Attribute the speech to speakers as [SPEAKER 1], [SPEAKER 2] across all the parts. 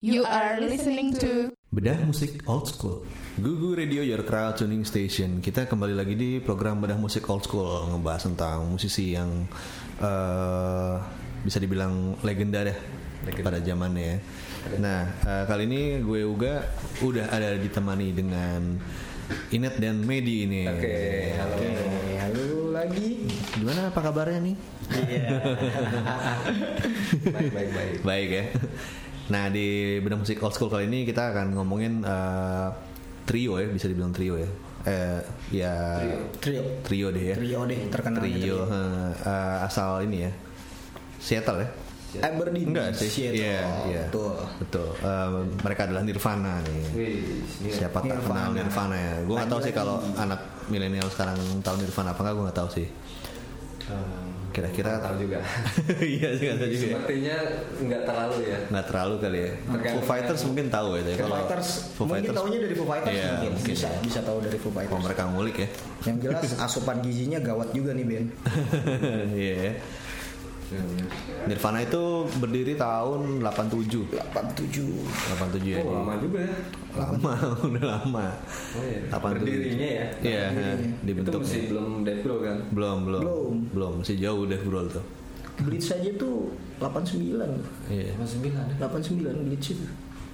[SPEAKER 1] You are listening to
[SPEAKER 2] Bedah Musik Old School Gugu Radio Your Crowd Tuning Station Kita kembali lagi di program Bedah Musik Old School Ngebahas tentang musisi yang eh, Bisa dibilang legenda deh Pada zamannya ya Nah eh, kali ini gue Uga Udah ada ditemani dengan Inet dan Medi ini
[SPEAKER 3] Oke, halo.
[SPEAKER 4] Ya,
[SPEAKER 3] Halo lagi.
[SPEAKER 2] Gimana apa kabarnya nih?
[SPEAKER 3] Iya. baik, baik, baik.
[SPEAKER 2] Baik ya. Nah di bedah musik old school kali ini kita akan ngomongin eh, trio ya bisa dibilang trio ya. Eh ya
[SPEAKER 4] Trio.
[SPEAKER 2] trio deh ya.
[SPEAKER 4] Trio deh terkenal gitu.
[SPEAKER 2] Trio eh, eh, asal ini ya Seattle ya.
[SPEAKER 4] Aberdeen.
[SPEAKER 2] Enggak sih.
[SPEAKER 4] Seattle.
[SPEAKER 2] Iya, iya.
[SPEAKER 4] Betul.
[SPEAKER 2] Betul. Eh, mereka adalah Nirvana nih. Siapa tak
[SPEAKER 4] Nirvana.
[SPEAKER 2] kenal Nirvana ya? Gue nggak tahu sih kalau anak milenial sekarang tahu Nirvana apa nggak gue nggak tahu sih. Kira-kira
[SPEAKER 3] Tahu juga.
[SPEAKER 2] iya sih nggak tahu juga. ya.
[SPEAKER 3] Sepertinya nggak terlalu ya.
[SPEAKER 2] nggak terlalu kali ya.
[SPEAKER 3] Tergantung
[SPEAKER 2] Foo Fighters
[SPEAKER 3] kan.
[SPEAKER 2] mungkin tahu ya. tapi
[SPEAKER 4] Foo
[SPEAKER 2] kalau
[SPEAKER 4] Fighters.
[SPEAKER 2] Foo
[SPEAKER 4] mungkin
[SPEAKER 2] Fighters,
[SPEAKER 4] taunya dari Foo Fighters
[SPEAKER 2] Iya,
[SPEAKER 4] mungkin.
[SPEAKER 2] mungkin
[SPEAKER 4] bisa bisa tahu dari Foo
[SPEAKER 2] kalau
[SPEAKER 4] Fighters.
[SPEAKER 2] mereka ngulik ya.
[SPEAKER 4] Yang jelas asupan gizinya gawat juga nih Ben.
[SPEAKER 2] Iya. ya. Nirvana itu berdiri tahun 87.
[SPEAKER 4] 87.
[SPEAKER 2] 87 ya.
[SPEAKER 3] Oh, lama juga ya.
[SPEAKER 2] lama, udah lama.
[SPEAKER 3] Oh, iya.
[SPEAKER 2] 87.
[SPEAKER 3] Berdirinya ya.
[SPEAKER 2] Iya, ya,
[SPEAKER 3] Itu
[SPEAKER 2] dibentuk.
[SPEAKER 3] masih belum Death Row kan?
[SPEAKER 2] Belum, belum.
[SPEAKER 4] Belum.
[SPEAKER 2] Belum, masih jauh deh bro tuh.
[SPEAKER 4] Blitz aja tuh 89.
[SPEAKER 2] Iya.
[SPEAKER 3] 89 ya.
[SPEAKER 4] 89 Blitz itu.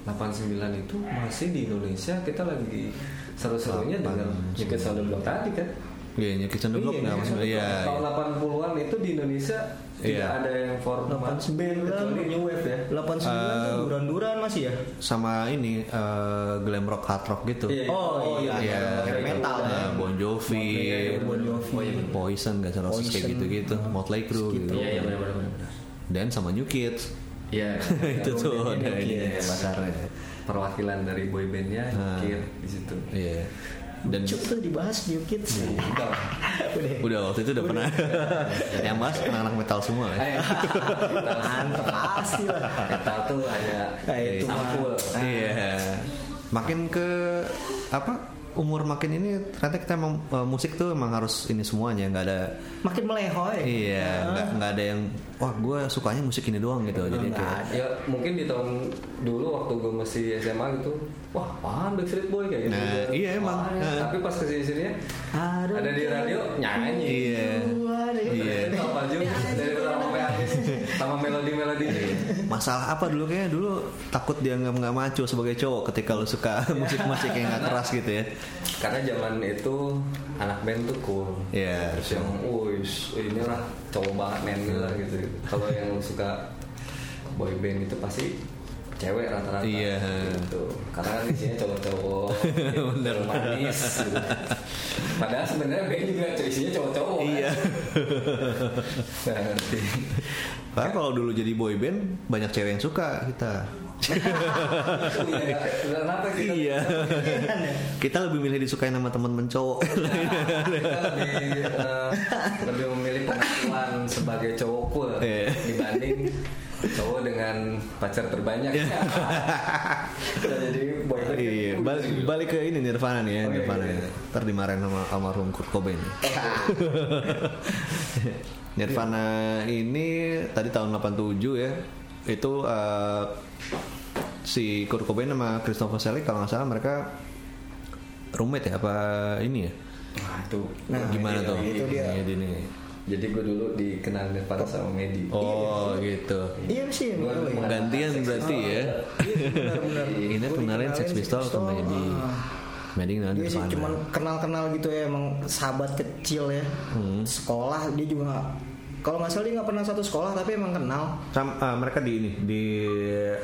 [SPEAKER 3] 89 itu masih di Indonesia kita lagi seru-serunya dengan Jacket Sound Block tadi kan.
[SPEAKER 2] Iya, nyakit cenderung
[SPEAKER 3] Iya,
[SPEAKER 2] nggak
[SPEAKER 3] Jacket
[SPEAKER 2] mas?
[SPEAKER 3] Sound the
[SPEAKER 2] Iya.
[SPEAKER 3] Block. Tahun
[SPEAKER 2] iya.
[SPEAKER 3] 80-an itu di Indonesia tidak
[SPEAKER 2] Iya.
[SPEAKER 3] ada yang format
[SPEAKER 4] 89.
[SPEAKER 3] kecuali New Wave ya.
[SPEAKER 2] Eh,
[SPEAKER 4] 89 tuh duran-duran masih ya?
[SPEAKER 2] Sama ini eh, glam rock, hard rock gitu.
[SPEAKER 4] Oh, iya,
[SPEAKER 2] Iya,
[SPEAKER 4] Kayak metal ya.
[SPEAKER 2] eh, Bon Jovi,
[SPEAKER 4] Bon Jovi.
[SPEAKER 2] Poison, gak salah kayak
[SPEAKER 4] Poison.
[SPEAKER 2] gitu-gitu, Motley Crue gitu.
[SPEAKER 3] Iya, iya benar-benar.
[SPEAKER 2] Dan sama New Kids.
[SPEAKER 3] Iya.
[SPEAKER 2] itu tuh
[SPEAKER 3] New
[SPEAKER 2] ada ini
[SPEAKER 3] Kids.
[SPEAKER 2] pasarnya.
[SPEAKER 3] ya, Perwakilan dari boybandnya
[SPEAKER 2] Ah.
[SPEAKER 3] Kir di situ.
[SPEAKER 2] Iya. Dan
[SPEAKER 4] Cuk tuh dibahas New Kids.
[SPEAKER 3] Udah.
[SPEAKER 4] Udah.
[SPEAKER 2] Iya. udah waktu itu udah pernah yang mas anak-anak metal semua ya.
[SPEAKER 3] Eh, metal
[SPEAKER 4] Mantap pasti lah.
[SPEAKER 3] metal tuh ada
[SPEAKER 4] Eh, itu mah.
[SPEAKER 3] sampul.
[SPEAKER 2] Iya. Makin ke apa umur makin ini ternyata kita emang eh, musik tuh emang harus ini semuanya nggak ada
[SPEAKER 4] Makin melehoy.
[SPEAKER 2] iya nggak nggak ada yang wah gue sukanya musik ini doang gitu jadi
[SPEAKER 4] Nggak
[SPEAKER 2] kayak
[SPEAKER 3] Ya mungkin di tahun dulu waktu gue masih SMA gitu, wah apaan Backstreet Boy kayak gitu.
[SPEAKER 2] Nah, iya, emang.
[SPEAKER 3] Apaan ya?
[SPEAKER 2] Nah.
[SPEAKER 3] Tapi pas kesini sininya
[SPEAKER 4] Aduh.
[SPEAKER 3] ada di radio nyanyi.
[SPEAKER 2] iya
[SPEAKER 3] Iya.
[SPEAKER 2] iya
[SPEAKER 3] Apa juga dari pertama sampai habis sama melodi-melodi.
[SPEAKER 2] masalah apa dulu kayaknya dulu takut dianggap nggak maco sebagai cowok ketika lo suka musik-musik yang nggak keras gitu ya
[SPEAKER 3] Karena zaman itu anak band tuh cool.
[SPEAKER 2] Iya.
[SPEAKER 3] Terus yang, wih, ini lah cowok banget men gitu
[SPEAKER 2] Hmm.
[SPEAKER 3] lah gitu. Kalau yang suka boy band itu pasti cewek rata-rata
[SPEAKER 2] Iya.
[SPEAKER 3] gitu. Karena kan isinya cowok-cowok,
[SPEAKER 2] Bener.
[SPEAKER 3] cowok manis. Gitu. Padahal sebenarnya band juga isinya cowok-cowok.
[SPEAKER 2] Iya.
[SPEAKER 3] Kan? Nah, nanti.
[SPEAKER 2] Karena kalau dulu jadi boy band banyak cewek yang suka kita.
[SPEAKER 3] Iya, Kenapa kita
[SPEAKER 2] Iya. kita lebih milih disukain sama teman-teman cowok.
[SPEAKER 3] kita lebih eh, lebih memilih pengakuan sebagai cowok cool
[SPEAKER 2] Iya.
[SPEAKER 3] dibanding cowok dengan pacar terbanyak. Kita jadi boyband.
[SPEAKER 2] iya, balik, balik ke ini Nirvana nih ya,
[SPEAKER 3] Oh, iya,
[SPEAKER 2] Nirvana.
[SPEAKER 3] iya, iya.
[SPEAKER 2] Ntar dimarahin sama almarhum Kurt Cobain. Nirvana ini tadi tahun 87 ya. Itu eh, si Kurt Cobain sama Christopher Selleck kalau nggak salah mereka roommate ya apa ini ya?
[SPEAKER 3] Wah, itu.
[SPEAKER 4] Nah,
[SPEAKER 2] Gimana
[SPEAKER 4] iya,
[SPEAKER 2] tuh?
[SPEAKER 4] itu dia.
[SPEAKER 2] Ini, ini.
[SPEAKER 3] Jadi gue dulu dikenal Nirvana sama Medi.
[SPEAKER 2] Oh, gitu.
[SPEAKER 4] Iya sih.
[SPEAKER 3] Gua
[SPEAKER 4] bener, ya.
[SPEAKER 3] mau
[SPEAKER 4] Iya,
[SPEAKER 2] Gantian berarti ya. Ini
[SPEAKER 4] Gua
[SPEAKER 2] kenalin
[SPEAKER 4] dikenalin
[SPEAKER 2] Sex
[SPEAKER 4] Sex
[SPEAKER 2] Pistol ke
[SPEAKER 4] Pistol.
[SPEAKER 2] Medi. Medi kenalin
[SPEAKER 4] Dia Iya sih
[SPEAKER 2] Nirvana.
[SPEAKER 4] cuman kenal-kenal gitu ya emang sahabat kecil ya.
[SPEAKER 2] Hmm.
[SPEAKER 4] Sekolah dia juga nggak- kalau nggak salah dia nggak pernah satu sekolah tapi emang kenal.
[SPEAKER 2] Sam- eh, mereka di ini di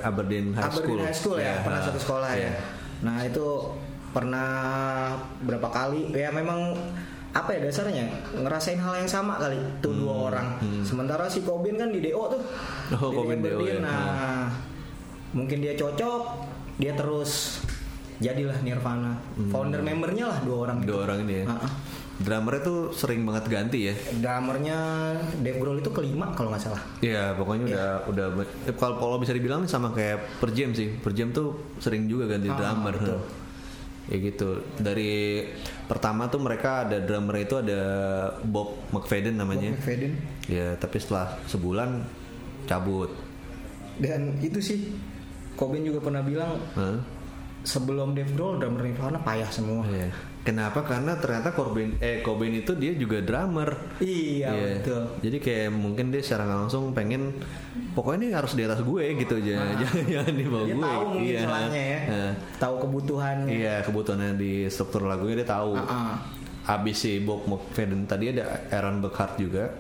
[SPEAKER 2] Aberdeen High School.
[SPEAKER 4] Aberdeen High School ya, pernah satu sekolah
[SPEAKER 2] iya.
[SPEAKER 4] ya. Nah itu pernah berapa kali ya memang apa ya dasarnya ngerasain hal yang sama kali tuh dua orang. Sementara si Kobin kan di DO tuh.
[SPEAKER 2] Hmm, Oh,
[SPEAKER 4] Di
[SPEAKER 2] Cobain DO ya.
[SPEAKER 4] Aberdeen. Nah mungkin dia cocok, dia terus jadilah Nirvana. Founder membernya lah dua orang.
[SPEAKER 2] Hmm. Dua orang ini ya.
[SPEAKER 4] Ah, ah.
[SPEAKER 2] Drummernya tuh sering banget ganti ya.
[SPEAKER 4] Drummernya Dave Grohl itu kelima kalau nggak salah.
[SPEAKER 2] Iya, pokoknya udah udah eh, kalau kalau bisa dibilang nih sama kayak per jam sih. Per jam tuh sering juga ganti
[SPEAKER 4] Ah,
[SPEAKER 2] drummer. Ya gitu. Dari pertama tuh mereka ada drummer itu ada Bob McFadden namanya. Iya,
[SPEAKER 4] McFadden.
[SPEAKER 2] Ya, tapi setelah sebulan cabut.
[SPEAKER 4] Dan itu sih Cobain juga pernah bilang
[SPEAKER 2] Hah?
[SPEAKER 4] sebelum Dave Grohl drummer Nirvana payah semua.
[SPEAKER 2] Iya. Kenapa? Karena ternyata Cobain eh Cobain itu dia juga drummer.
[SPEAKER 4] Iya
[SPEAKER 2] Iya.
[SPEAKER 4] betul.
[SPEAKER 2] Jadi kayak mungkin dia secara nggak langsung pengen pokoknya ini harus di atas gue gitu aja. Jangan jangan di bawah gue.
[SPEAKER 4] Nah. Dia
[SPEAKER 2] Iya.
[SPEAKER 4] tahu mungkin salahnya ya,
[SPEAKER 2] Nah,
[SPEAKER 4] tahu kebutuhannya.
[SPEAKER 2] Iya, kebutuhannya di struktur lagunya dia tahu.
[SPEAKER 4] Ah, ah.
[SPEAKER 2] Abis si Bob McFadden tadi ada Aaron Burkhart juga.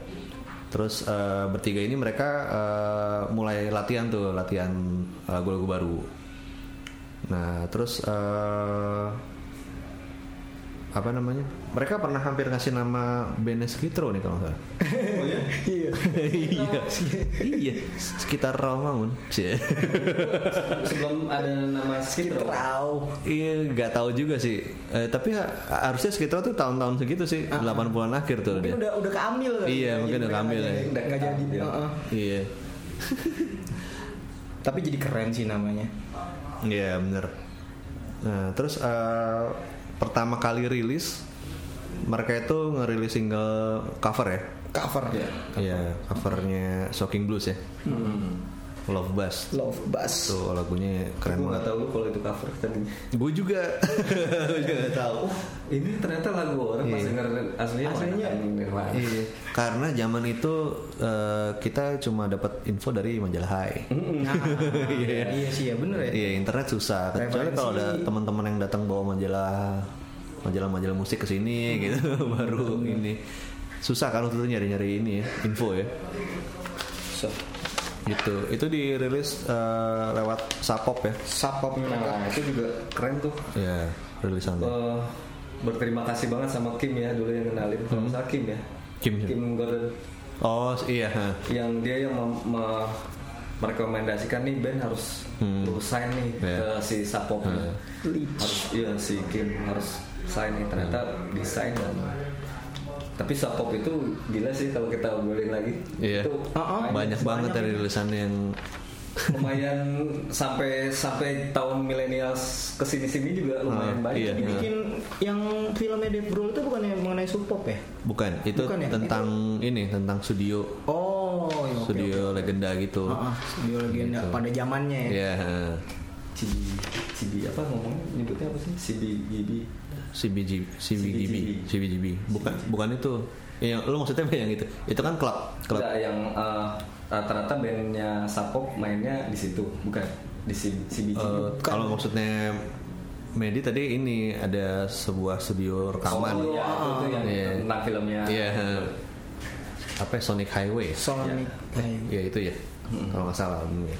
[SPEAKER 2] Terus eh, bertiga ini mereka eh, mulai latihan tuh, latihan eh, lagu-lagu baru. Nah, terus eh, apa namanya? Mereka pernah hampir ngasih nama bandnya Skitro nih kalau nggak salah.
[SPEAKER 4] Iya.
[SPEAKER 2] iya, iya. Sekitar Rawamangun. Cie.
[SPEAKER 3] sebelum ada nama
[SPEAKER 2] Gitu.
[SPEAKER 3] Skitro
[SPEAKER 4] Terau.
[SPEAKER 2] Iya, nggak tahu juga sih. Eh, tapi ha- harusnya Skitro tuh tahun-tahun segitu sih, 80-an akhir tuh dia.
[SPEAKER 4] Mungkin udah udah keambil kali.
[SPEAKER 2] Iya, mungkin udah keambil ya.
[SPEAKER 4] Udah nggak jadi.
[SPEAKER 3] Iya.
[SPEAKER 4] Ah, ah.
[SPEAKER 2] Iya.
[SPEAKER 4] Tapi jadi keren sih namanya.
[SPEAKER 2] Iya, bener. Nah, terus eh, pertama kali rilis mereka itu ngerilis single cover ya.
[SPEAKER 4] Cover ya.
[SPEAKER 2] Iya, covernya Shocking Blues ya. Love Buzz.
[SPEAKER 4] Love Bus.
[SPEAKER 2] Tuh lagunya keren
[SPEAKER 3] gue nggak
[SPEAKER 2] banget.
[SPEAKER 3] tahu kalau itu cover tadinya
[SPEAKER 2] Gue juga. Gua juga nggak tahu.
[SPEAKER 3] ini ternyata lagu orang pas
[SPEAKER 2] Iya.
[SPEAKER 3] denger aslinya
[SPEAKER 4] Aslinya.
[SPEAKER 3] enakan Nirvana.
[SPEAKER 2] Iya. Karena zaman itu eh, kita cuma dapat info dari majalah Hai.
[SPEAKER 4] Nah, iya, sih ya bener ya.
[SPEAKER 2] Iya internet susah. Kecuali
[SPEAKER 4] Referensi.
[SPEAKER 2] kalau ada teman-teman yang datang bawa majalah majalah-majalah musik ke
[SPEAKER 4] Hmm.
[SPEAKER 2] sini gitu baru ini susah kan untuk nyari-nyari ini ya, info ya
[SPEAKER 3] So,
[SPEAKER 2] gitu itu dirilis eh, lewat Sapop ya
[SPEAKER 4] Sapop mereka.
[SPEAKER 3] nah, itu juga keren tuh
[SPEAKER 2] ya rilisan
[SPEAKER 3] Eh, berterima kasih banget sama Kim ya dulu yang kenalin kalau misalnya Kim ya
[SPEAKER 2] Hmm. Kim.
[SPEAKER 3] Kim Gordon
[SPEAKER 2] oh iya ha.
[SPEAKER 3] yang dia yang mem- me- merekomendasikan nih band harus lu sign nih
[SPEAKER 2] Iya.
[SPEAKER 3] ke si Sapop
[SPEAKER 2] Hmm.
[SPEAKER 3] harus iya si Kim harus sign nih ternyata
[SPEAKER 2] Hmm.
[SPEAKER 3] desain dan tapi Sapop itu gila sih kalau kita obrolin lagi
[SPEAKER 2] iya
[SPEAKER 3] itu
[SPEAKER 2] banyak banget dari rilisan yang
[SPEAKER 3] lumayan sampai sampai tahun milenial kesini sini juga lumayan
[SPEAKER 2] Ah,
[SPEAKER 3] banyak
[SPEAKER 2] iya.
[SPEAKER 3] ya.
[SPEAKER 4] Bikin yang filmnya Dave Grohl itu bukan yang mengenai Supop ya?
[SPEAKER 2] bukan itu
[SPEAKER 4] Bukan ya,
[SPEAKER 2] tentang ini tentang studio
[SPEAKER 4] Oh, ya, oke,
[SPEAKER 2] studio
[SPEAKER 4] oke.
[SPEAKER 2] legenda gitu
[SPEAKER 4] Ah, ah, studio legenda pada zamannya ya.
[SPEAKER 2] Iya, ha.
[SPEAKER 3] Cibi Cibi apa ngomongnya nyebutnya apa sih Cibi Gibi
[SPEAKER 2] CBG, CBGB,
[SPEAKER 3] CBGB.
[SPEAKER 2] CBGB. Bukan, bukan itu. Yang lu maksudnya apa yang itu? Itu kan klub, klub.
[SPEAKER 3] Nggak, yang eh, rata-rata bandnya Sapok mainnya di situ bukan di Cibi Cibi Gibi
[SPEAKER 2] Eh, kalau maksudnya Medi tadi ini ada sebuah studio rekaman.
[SPEAKER 3] Oh, iya, itu tuh yang
[SPEAKER 2] Iya.
[SPEAKER 3] tentang filmnya
[SPEAKER 2] Iya. ha. Apa ya, Sonic Highway?
[SPEAKER 4] Sonic. gitu. Highway.
[SPEAKER 2] Ya itu ya.
[SPEAKER 4] Hmm.
[SPEAKER 2] Kalau nggak salah. albumnya.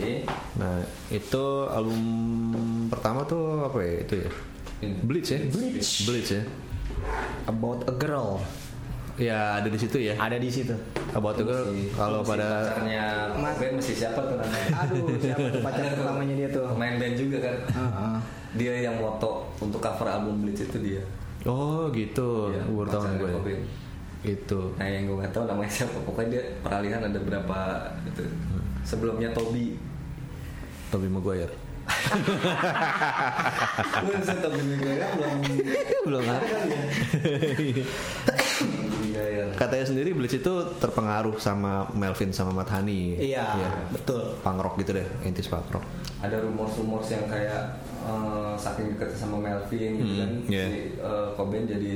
[SPEAKER 3] Iya.
[SPEAKER 2] Nah, itu album pertama tuh apa ya? Itu ya.
[SPEAKER 3] Ini.
[SPEAKER 2] Bleach ya? Bleach. ya.
[SPEAKER 4] Iya. About a Girl
[SPEAKER 2] Ya ada di situ ya.
[SPEAKER 4] ada di situ.
[SPEAKER 2] About the Girl,
[SPEAKER 3] Si-
[SPEAKER 2] kalau
[SPEAKER 3] si
[SPEAKER 2] pada
[SPEAKER 3] pacarnya
[SPEAKER 4] Mas-
[SPEAKER 3] band masih siapa tuh namanya
[SPEAKER 4] Aduh, siapa tuh pacar
[SPEAKER 3] Ada tuh,
[SPEAKER 4] pertamanya dia tuh?
[SPEAKER 3] pemain band juga kan
[SPEAKER 4] Ah, ah.
[SPEAKER 3] dia yang moto untuk cover album Bleach itu dia
[SPEAKER 2] Oh gitu,
[SPEAKER 3] Iya,
[SPEAKER 2] baru tahu nih
[SPEAKER 3] pacarnya
[SPEAKER 2] gue.
[SPEAKER 3] Cobain.
[SPEAKER 2] Itu.
[SPEAKER 3] Nah yang gue nggak tahu namanya siapa Pokoknya dia peralihan ada berapa gitu. Sebelumnya Toby
[SPEAKER 2] Toby Maguire.
[SPEAKER 3] Gue rasa Toby Maguire ya, belum ya?
[SPEAKER 2] Belum ada.
[SPEAKER 3] Maguire
[SPEAKER 2] Katanya sendiri Bleach itu terpengaruh sama Melvin sama Matt Hani.
[SPEAKER 4] Iya, betul.
[SPEAKER 2] Punk rock gitu deh, intis punk rock.
[SPEAKER 3] Ada rumor-rumor yang kayak eh, Saking deket sama Melvin gitu
[SPEAKER 2] Hmm,
[SPEAKER 3] kan
[SPEAKER 2] iya.
[SPEAKER 3] Si eh, Cobain jadi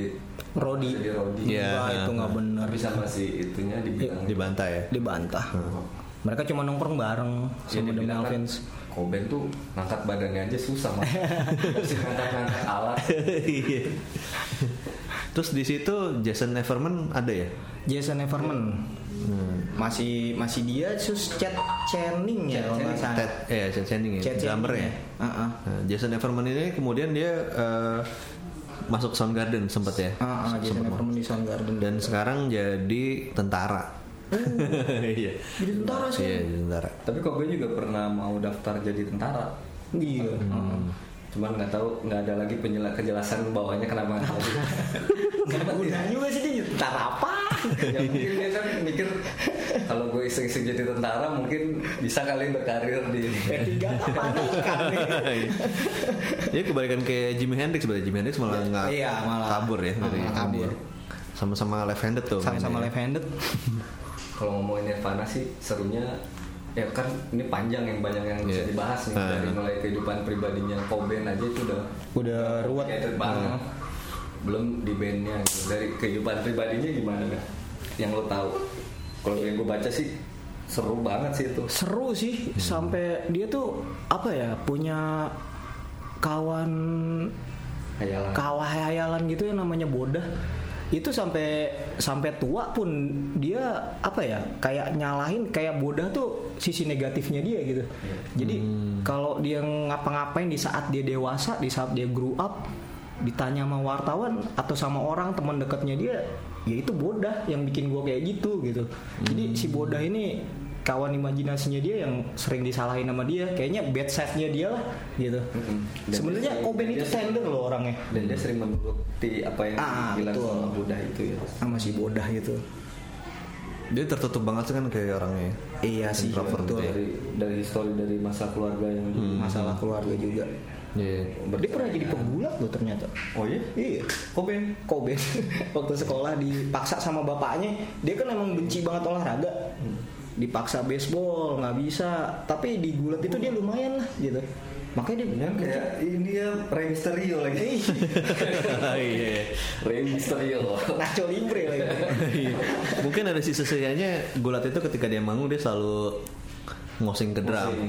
[SPEAKER 4] Rodi.
[SPEAKER 3] Jadi Rodi
[SPEAKER 2] Iya.
[SPEAKER 4] Wah, itu nggak Iya, benar.
[SPEAKER 3] Tapi sama si itunya dibilang
[SPEAKER 2] Dibantai ya.
[SPEAKER 4] Dibantah.
[SPEAKER 3] Hmm.
[SPEAKER 4] Mereka cuma nongkrong bareng
[SPEAKER 3] Ya,
[SPEAKER 4] sama The
[SPEAKER 3] dibilang kan,
[SPEAKER 4] Melvins.
[SPEAKER 3] Cobain tuh ngangkat badannya aja susah mah. Masih ngangkat-ngangkat alat.
[SPEAKER 2] Iya. Terus di situ Jason Neverman ada ya?
[SPEAKER 3] kan.
[SPEAKER 4] Jason Everman.
[SPEAKER 3] Hmm.
[SPEAKER 4] Masih masih dia sus Chad Channing ya kalau nggak salah.
[SPEAKER 2] Ted, eh Jason Channing ya,
[SPEAKER 4] Chad
[SPEAKER 2] drummer
[SPEAKER 4] Channing
[SPEAKER 2] ya.
[SPEAKER 4] Ah, ah.
[SPEAKER 2] Nah, Jason Neverman ini kemudian dia eh, masuk Soundgarden sempat ya.
[SPEAKER 4] Ah, ah, Jason Everman di Soundgarden.
[SPEAKER 2] dan sekarang jadi tentara. Iya.
[SPEAKER 4] Oh. Jadi tentara sih.
[SPEAKER 2] Iya, jadi tentara.
[SPEAKER 3] Tapi Kobe juga pernah mau daftar jadi tentara. Hmm.
[SPEAKER 4] Iya.
[SPEAKER 3] Cuman nggak tahu nggak ada lagi penjela- kejelasan bawahnya kenapa nggak jadi.
[SPEAKER 4] Gak ada gunanya juga sih dia tentara apa?
[SPEAKER 3] ya mungkin dia kan mikir kalau gue iseng-iseng jadi tentara mungkin bisa kali berkarir di
[SPEAKER 4] Tiga apa nih kan?
[SPEAKER 2] ya Iya. kebalikan kayak Jimi Hendrix berarti Jimi Hendrix malah nggak
[SPEAKER 4] Iya, malah.
[SPEAKER 2] kabur ya dari
[SPEAKER 4] Malah kabur.
[SPEAKER 2] India. Sama-sama left handed tuh.
[SPEAKER 4] Sama-sama
[SPEAKER 2] mainnya.
[SPEAKER 4] left handed.
[SPEAKER 3] kalau ngomongin Nirvana sih serunya ya kan ini panjang yang banyak yang bisa
[SPEAKER 2] Iya.
[SPEAKER 3] dibahas nih
[SPEAKER 2] Ah.
[SPEAKER 3] dari mulai kehidupan pribadinya Cobain aja itu udah
[SPEAKER 4] udah ruwet Nah.
[SPEAKER 3] Complicated banget
[SPEAKER 2] Ah.
[SPEAKER 3] belum di bandnya gitu. dari kehidupan pribadinya gimana kan yang lo tahu kalau yang gue baca sih seru banget sih itu
[SPEAKER 4] seru sih sampai dia tuh apa ya punya kawan
[SPEAKER 3] Hayalan.
[SPEAKER 4] kawah hayalan gitu yang namanya bodah itu sampai sampai tua pun dia apa ya kayak nyalahin kayak bodah tuh sisi negatifnya dia gitu jadi
[SPEAKER 3] Hmm.
[SPEAKER 4] kalau dia ngapa-ngapain di saat dia dewasa di saat dia grow up ditanya sama wartawan atau sama orang teman dekatnya dia ya itu bodah yang bikin gua kayak gitu gitu jadi
[SPEAKER 3] Hmm.
[SPEAKER 4] si bodah ini kawan imajinasinya dia yang sering disalahin sama dia kayaknya bad side-nya dia lah gitu
[SPEAKER 3] Hmm, Dan
[SPEAKER 4] sebenarnya
[SPEAKER 3] dia-
[SPEAKER 4] Cobain
[SPEAKER 3] dia-
[SPEAKER 4] itu tender loh orangnya
[SPEAKER 3] dan dia sering menuruti apa yang
[SPEAKER 4] Ah,
[SPEAKER 3] dibilang
[SPEAKER 4] betul.
[SPEAKER 3] sama Buddha itu ya
[SPEAKER 4] sama si bodah gitu
[SPEAKER 2] Dia tertutup banget sih kan kayak orangnya.
[SPEAKER 4] iya sih
[SPEAKER 2] Introvert
[SPEAKER 4] betul.
[SPEAKER 2] gitu
[SPEAKER 4] Hmm.
[SPEAKER 2] ya.
[SPEAKER 3] dari dari histori dari masa keluarga yang dulu
[SPEAKER 4] masalah keluarga juga
[SPEAKER 2] Iya.
[SPEAKER 4] dia pernah jadi pegulat loh ternyata
[SPEAKER 3] oh iya
[SPEAKER 4] iya Koben Koben waktu sekolah dipaksa sama bapaknya dia kan emang benci banget olahraga dipaksa baseball nggak bisa tapi di gulat itu dia lumayan lah gitu makanya dia bener
[SPEAKER 3] kayak ini ya Rey Mysterio lagi
[SPEAKER 2] Iya.
[SPEAKER 3] Rey Mysterio
[SPEAKER 4] ngaco libre ya." lagi
[SPEAKER 2] Iya. Mungkin ada sisi sisinya Gulat itu ketika dia manggung dia selalu ngosing ke drum.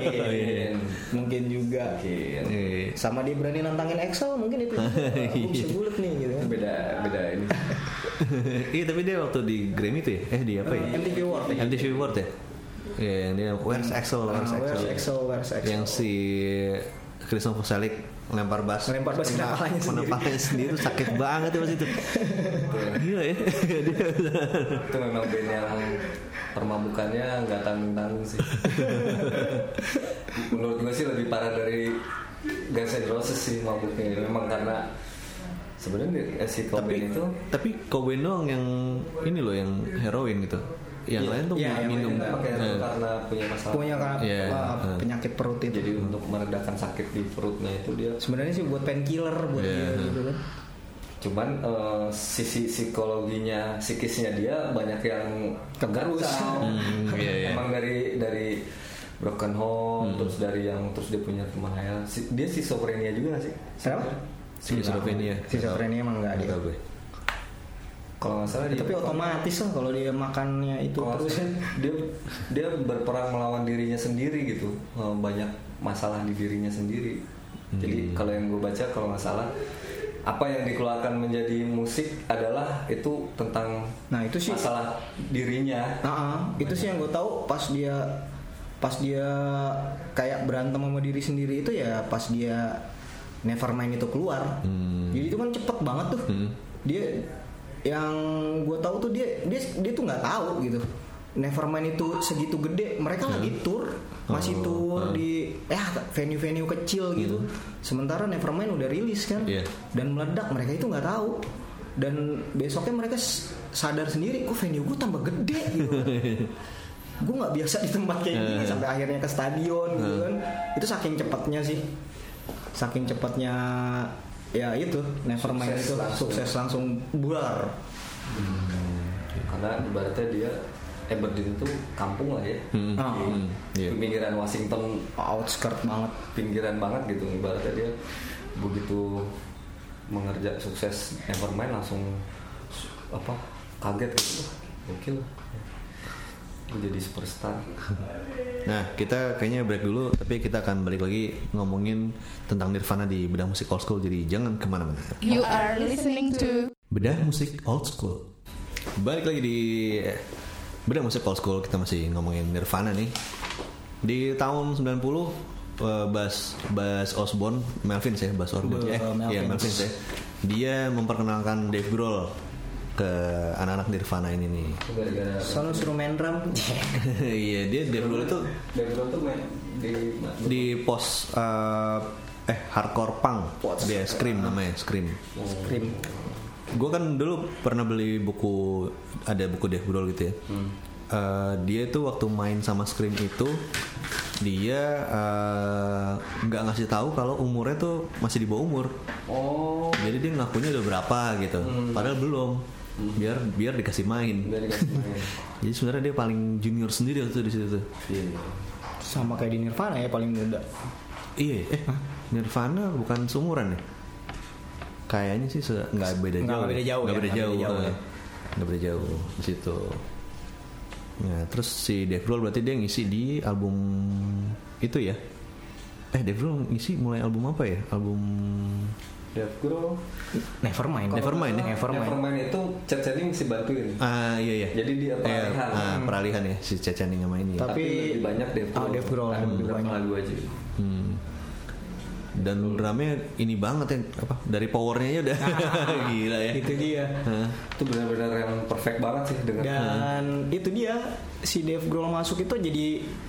[SPEAKER 3] Iya.
[SPEAKER 2] Iya.
[SPEAKER 4] mungkin juga
[SPEAKER 3] Mungkin.
[SPEAKER 2] Iya.
[SPEAKER 4] sama dia berani nantangin Excel mungkin itu juga. Aku bisa gulat nih gitu kan
[SPEAKER 3] beda beda ini
[SPEAKER 2] Iya tapi dia waktu di Grammy itu ya Eh di apa ya
[SPEAKER 4] MTV Award ya?
[SPEAKER 2] MTV Award ya Iya yang dia Where's Axel Where's
[SPEAKER 4] Ah,
[SPEAKER 2] Axel
[SPEAKER 4] where's Axel, where's Axel.
[SPEAKER 2] Yang si Christopher Selik lempar bas
[SPEAKER 4] Lempar bas ke
[SPEAKER 2] Kena-
[SPEAKER 4] kepalanya sendiri.
[SPEAKER 2] kepalanya sendiri tuh sakit banget ya pas itu Gila ya Dia-
[SPEAKER 3] itu memang band yang permabukannya nggak tanggung tanggung sih menurut gue sih lebih parah dari Guns N' Roses sih mabuknya memang karena sebenarnya eh, si Cobain itu
[SPEAKER 2] Tapi Cobain doang yang Ini loh yang heroin gitu Yang lain tuh
[SPEAKER 4] iya, yang
[SPEAKER 2] minum
[SPEAKER 3] dia pakai itu
[SPEAKER 2] Eh,
[SPEAKER 3] karena punya masalah
[SPEAKER 4] punya kan
[SPEAKER 2] Iya.
[SPEAKER 4] ah,
[SPEAKER 2] Hmm.
[SPEAKER 4] penyakit perut itu
[SPEAKER 3] jadi untuk meredakan sakit di perutnya itu dia
[SPEAKER 4] sebenarnya sih buat painkiller buat
[SPEAKER 2] Iya.
[SPEAKER 4] dia gitu kan
[SPEAKER 3] cuman eh, sisi psikologinya psikisnya dia banyak yang kegarus
[SPEAKER 2] Hmm, iya, iya.
[SPEAKER 3] emang dari dari broken home
[SPEAKER 4] Hmm.
[SPEAKER 3] terus dari yang terus dia punya teman hayal Si- dia schizophrenia juga gak sih
[SPEAKER 4] Kenapa? Iya.
[SPEAKER 2] Schizophrenia
[SPEAKER 4] Nah, Schizophrenia emang nggak
[SPEAKER 2] Nggak
[SPEAKER 4] ada.
[SPEAKER 2] tahu gue.
[SPEAKER 3] kalau nggak salah dia
[SPEAKER 4] Ya, Tapi otomatis lah kalau dia makannya itu
[SPEAKER 3] kalau nggak
[SPEAKER 4] terus
[SPEAKER 3] salah dia dia berperang melawan dirinya sendiri gitu Eh, banyak masalah di dirinya sendiri jadi
[SPEAKER 4] Hmm.
[SPEAKER 3] kalau yang gue baca kalau nggak salah apa yang dikeluarkan menjadi musik adalah itu tentang
[SPEAKER 4] Nah, itu sih-
[SPEAKER 3] masalah dirinya
[SPEAKER 4] Nah, ah, itu sih yang gue tahu pas dia pas dia kayak berantem sama diri sendiri itu ya pas dia Nevermind itu keluar. Jadi itu kan cepet banget tuh. Dia yang gue tahu tuh dia dia dia tuh nggak tahu gitu. Nevermind itu segitu gede, mereka lagi tour, masih tour di ya venue-venue kecil gitu. Sementara Nevermind udah rilis kan,
[SPEAKER 2] Iya.
[SPEAKER 4] dan meledak mereka itu nggak tahu. Dan besoknya mereka s- sadar sendiri, kok venue gue tambah gede gitu. gue nggak biasa di tempat kayak gini sampai akhirnya ke stadion gitu kan itu saking cepatnya sih saking cepatnya ya itu Nevermind
[SPEAKER 3] Sukses
[SPEAKER 4] itu
[SPEAKER 3] langsung.
[SPEAKER 4] sukses langsung buar
[SPEAKER 3] karena ibaratnya dia Aberdeen itu kampung lah ya
[SPEAKER 2] Hmm.
[SPEAKER 4] Ah.
[SPEAKER 2] Hmm. Iya.
[SPEAKER 3] pinggiran Washington
[SPEAKER 4] outskirt banget
[SPEAKER 3] pinggiran banget gitu ibaratnya dia begitu mengerja sukses Nevermind langsung su- apa kaget gitu mungkin jadi superstar
[SPEAKER 2] Nah, kita kayaknya break dulu, tapi kita akan balik lagi ngomongin tentang Nirvana di bedah musik old school. Jadi jangan kemana-mana.
[SPEAKER 1] You are listening to
[SPEAKER 2] Bedah musik old school. Balik lagi di eh, bedah musik old school. Kita masih ngomongin Nirvana nih. Di tahun 90 eh, Bas Bas Osborne, Melvin ya, Bas Osborne
[SPEAKER 4] Be-
[SPEAKER 2] ya,
[SPEAKER 4] Melvins.
[SPEAKER 2] Melvins ya. Dia memperkenalkan Dave Grohl ke anak-anak Nirvana ini nih.
[SPEAKER 3] gara-gara
[SPEAKER 4] soalnya suruh main drum
[SPEAKER 2] Iya, dia Dave Grohl itu
[SPEAKER 3] background tuh main di
[SPEAKER 2] di pos eh, eh hardcore punk
[SPEAKER 4] Pos.
[SPEAKER 2] dia scream namanya scream
[SPEAKER 4] scream
[SPEAKER 2] gue kan dulu pernah beli buku ada buku Dave Grohl gitu ya Eh, dia itu waktu main sama scream itu dia eh, nggak ngasih tahu kalau umurnya tuh masih di bawah umur
[SPEAKER 3] oh
[SPEAKER 2] jadi dia ngakunya udah berapa gitu padahal belum biar biar dikasih main.
[SPEAKER 3] Biar dikasih main.
[SPEAKER 2] Jadi sebenarnya dia paling junior sendiri waktu itu di situ. tuh.
[SPEAKER 3] Iya.
[SPEAKER 4] sama kayak di Nirvana ya paling muda
[SPEAKER 2] Iya, eh Nirvana bukan seumuran ya? Kayaknya sih se- nggak beda
[SPEAKER 4] Nggak
[SPEAKER 2] jauh.
[SPEAKER 4] beda jauh
[SPEAKER 2] Nggak
[SPEAKER 4] ya,
[SPEAKER 2] beda
[SPEAKER 4] nggak
[SPEAKER 2] jauh.
[SPEAKER 4] beda jauh
[SPEAKER 2] eh.
[SPEAKER 4] ya.
[SPEAKER 2] Nggak beda jauh di situ. Nah, terus si Dave Grohl berarti dia ngisi di album itu ya? Eh, Dave Grohl ngisi mulai album apa ya? Album
[SPEAKER 3] Death Grow.
[SPEAKER 4] Nevermind
[SPEAKER 2] Nevermind ya?
[SPEAKER 4] Nevermind
[SPEAKER 3] Nevermind itu Chat Channing masih bantuin.
[SPEAKER 2] Ah, iya iya.
[SPEAKER 3] Jadi dia
[SPEAKER 2] eh,
[SPEAKER 3] peralihan.
[SPEAKER 2] ah, peralihan ya si Caca nih sama ini.
[SPEAKER 4] Tapi-
[SPEAKER 3] lebih banyak Death
[SPEAKER 4] Ah,
[SPEAKER 3] Grohl.
[SPEAKER 4] Dave Grohl,
[SPEAKER 3] Ada
[SPEAKER 4] lebih
[SPEAKER 3] beberapa
[SPEAKER 4] banyak.
[SPEAKER 3] lagu aja.
[SPEAKER 2] Hmm. Dan drumnya ini banget ya apa dari powernya aja udah gila ya.
[SPEAKER 4] itu dia
[SPEAKER 2] Hah?
[SPEAKER 3] Itu benar-benar yang perfect banget sih dengan
[SPEAKER 4] dan itu dia si Dave Grohl masuk itu jadi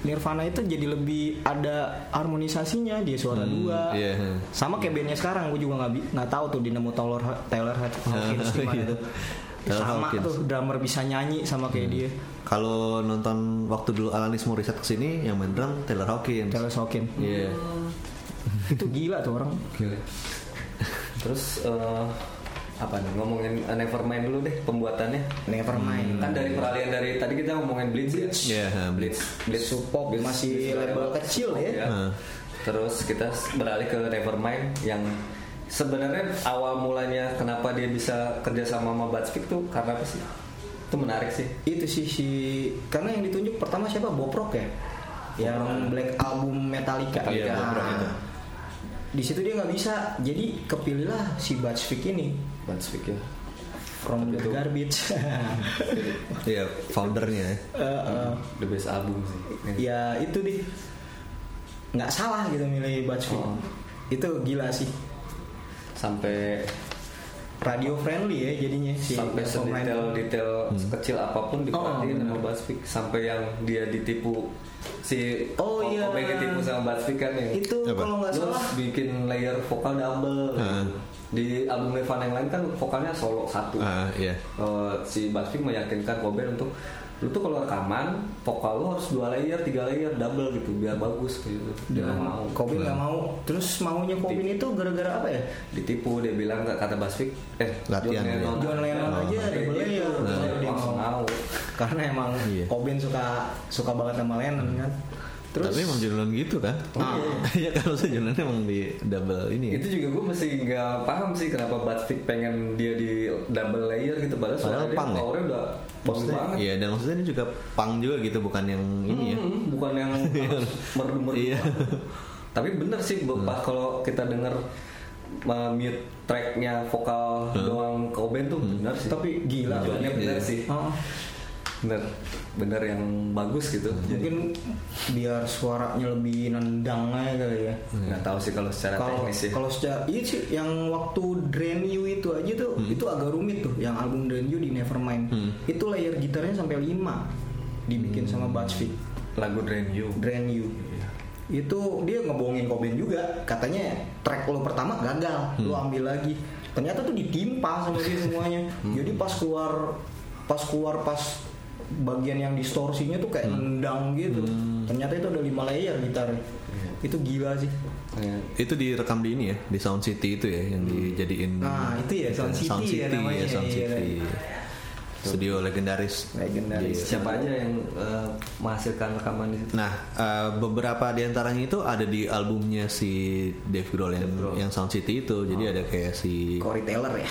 [SPEAKER 4] Nirvana itu jadi lebih ada harmonisasinya dia suara dua
[SPEAKER 2] iya.
[SPEAKER 4] sama kayak bandnya sekarang gue juga nggak bi- nggak tahu tuh dinamo Taylor Taylor Hawkins
[SPEAKER 2] Ah,
[SPEAKER 4] gimana
[SPEAKER 2] iya.
[SPEAKER 4] tuh
[SPEAKER 2] Taylor
[SPEAKER 4] sama
[SPEAKER 2] Hawkins. Hmm.
[SPEAKER 4] tuh drummer bisa nyanyi sama kayak dia
[SPEAKER 2] Kalau nonton waktu dulu Alanis Morissette kesini yang main drum Taylor Hawkins.
[SPEAKER 4] Taylor Hawkins
[SPEAKER 2] Iya.
[SPEAKER 4] itu gila tuh orang
[SPEAKER 3] Gila. Terus eh, apa nih ngomongin eh, Nevermind dulu deh pembuatannya.
[SPEAKER 4] Nevermind
[SPEAKER 3] Kan dari peralihan dari tadi kita ngomongin Blitz ya.
[SPEAKER 2] Iya, ha, Blitz.
[SPEAKER 3] Blitz
[SPEAKER 4] Pop masih label kecil ya.
[SPEAKER 2] Heeh.
[SPEAKER 3] Terus kita beralih ke Nevermind yang sebenarnya awal mulanya kenapa dia bisa kerja sama sama Buzzkick tuh karena apa sih? Itu menarik sih.
[SPEAKER 4] itu sih si karena yang ditunjuk pertama siapa Bob Rock ya yang Black Album Metallica,
[SPEAKER 2] Metallica,
[SPEAKER 4] Nah,
[SPEAKER 2] Bob Rock itu.
[SPEAKER 4] di situ dia nggak bisa jadi kepilihlah si Buzzfeed ini
[SPEAKER 3] Buzzkick ya.
[SPEAKER 4] from the garbage
[SPEAKER 2] Iya, foundernya. ya.
[SPEAKER 4] Eh, eh,
[SPEAKER 3] The best album sih.
[SPEAKER 4] ya itu deh nggak salah gitu milih Buzzfeed
[SPEAKER 3] Oh.
[SPEAKER 4] itu gila sih
[SPEAKER 3] Sampai
[SPEAKER 4] radio friendly ya jadinya si
[SPEAKER 3] sampai
[SPEAKER 4] pemain.
[SPEAKER 3] sedetail-detail
[SPEAKER 2] Hmm.
[SPEAKER 3] sekecil apapun diperhatiin
[SPEAKER 4] Oh,
[SPEAKER 3] sama Buzzfeed sampai yang dia ditipu si
[SPEAKER 4] Oh,
[SPEAKER 3] Om-
[SPEAKER 4] iya.
[SPEAKER 3] Om Egi ditipu sama Buzzfeed kan yang
[SPEAKER 4] itu
[SPEAKER 2] Apa?
[SPEAKER 4] kalau nggak
[SPEAKER 3] terus
[SPEAKER 4] salah
[SPEAKER 3] bikin layer vokal double
[SPEAKER 2] Heeh.
[SPEAKER 3] di album Nirvana yang lain kan vokalnya solo satu
[SPEAKER 2] Ah, iya.
[SPEAKER 3] Eh, si Buzzfeed meyakinkan Cobain untuk lu tuh kalau rekaman vokal lu harus dua layer tiga layer double gitu biar bagus gitu dia nggak
[SPEAKER 4] Iya.
[SPEAKER 3] mau
[SPEAKER 4] Kobin nggak mau terus maunya Kobin itu gara-gara apa ya
[SPEAKER 3] ditipu dia bilang kata Buzzfeed eh
[SPEAKER 2] Latihan
[SPEAKER 3] John
[SPEAKER 2] ya.
[SPEAKER 3] Lennon,
[SPEAKER 4] John Lennon aja double layer.
[SPEAKER 3] Terus
[SPEAKER 4] Nah.
[SPEAKER 3] dia langsung mau
[SPEAKER 4] karena emang
[SPEAKER 2] Iya. Hmm.
[SPEAKER 4] Cobain suka suka banget sama Lennon kan terus
[SPEAKER 2] Tapi emang jurnal gitu kan?
[SPEAKER 4] Ah.
[SPEAKER 2] Iya, kalau saya jurnalnya emang di double ini. ya.
[SPEAKER 3] itu juga gue masih nggak paham sih kenapa Buzzfeed pengen dia di double layer gitu padahal
[SPEAKER 2] Padahal
[SPEAKER 3] suara dia
[SPEAKER 2] punk ya?
[SPEAKER 3] powernya udah punk
[SPEAKER 2] Maksudnya,
[SPEAKER 3] banget
[SPEAKER 2] Iya, dan maksudnya ini juga pang juga gitu, bukan yang ini ya.
[SPEAKER 3] Hmm, bukan yang harus merdu-merdu
[SPEAKER 2] Iya. Nah.
[SPEAKER 3] tapi bener sih pas kalau kita denger uh, mute tracknya vokal doang Cobain tuh bener sih
[SPEAKER 4] Tapi gila.
[SPEAKER 3] tujuannya bener
[SPEAKER 2] Hmm. Iya.
[SPEAKER 3] sih
[SPEAKER 4] Oh,
[SPEAKER 3] bener bener yang bagus gitu
[SPEAKER 2] Iya.
[SPEAKER 3] jadi
[SPEAKER 4] mungkin biar suaranya lebih nendang aja kali
[SPEAKER 2] Iya.
[SPEAKER 4] ya
[SPEAKER 3] nggak tahu sih kalau secara
[SPEAKER 4] kalau
[SPEAKER 3] teknis sih
[SPEAKER 4] kalau secara iya sih yang waktu Drain You itu aja tuh itu agak rumit tuh yang album Drain You di Nevermind
[SPEAKER 2] Hmm.
[SPEAKER 4] itu layer gitarnya sampai 5 dibikin sama Buzzfeed
[SPEAKER 3] lagu Drain You
[SPEAKER 4] Drain You
[SPEAKER 2] Iya.
[SPEAKER 4] itu dia ngebohongin Cobain juga katanya track lo pertama gagal lo
[SPEAKER 2] Hmm.
[SPEAKER 4] ambil lagi ternyata tuh ditimpa sama dia semuanya
[SPEAKER 2] Hmm.
[SPEAKER 4] jadi pas keluar pas keluar pas bagian yang distorsinya tuh kayak
[SPEAKER 2] Hmm.
[SPEAKER 4] nendang gitu ternyata itu ada lima layer gitar
[SPEAKER 2] Iya.
[SPEAKER 4] itu gila sih
[SPEAKER 3] Ya,
[SPEAKER 2] Itu direkam di ini ya, di Sound City itu ya, yang dijadiin.
[SPEAKER 4] Nah, itu ya, Sound City ya namanya,
[SPEAKER 2] ya, Sound
[SPEAKER 4] iya,
[SPEAKER 2] City.
[SPEAKER 4] iya.
[SPEAKER 2] Studio legendaris. Iya.
[SPEAKER 4] legendaris
[SPEAKER 3] siapa aja yang uh, menghasilkan rekaman di situ
[SPEAKER 2] Nah, eh, beberapa di antaranya itu ada di albumnya si Dave Grohl yang, yang Sound City itu.
[SPEAKER 4] Oh.
[SPEAKER 2] Jadi ada kayak si
[SPEAKER 4] Corey Taylor ya
[SPEAKER 2] Iya.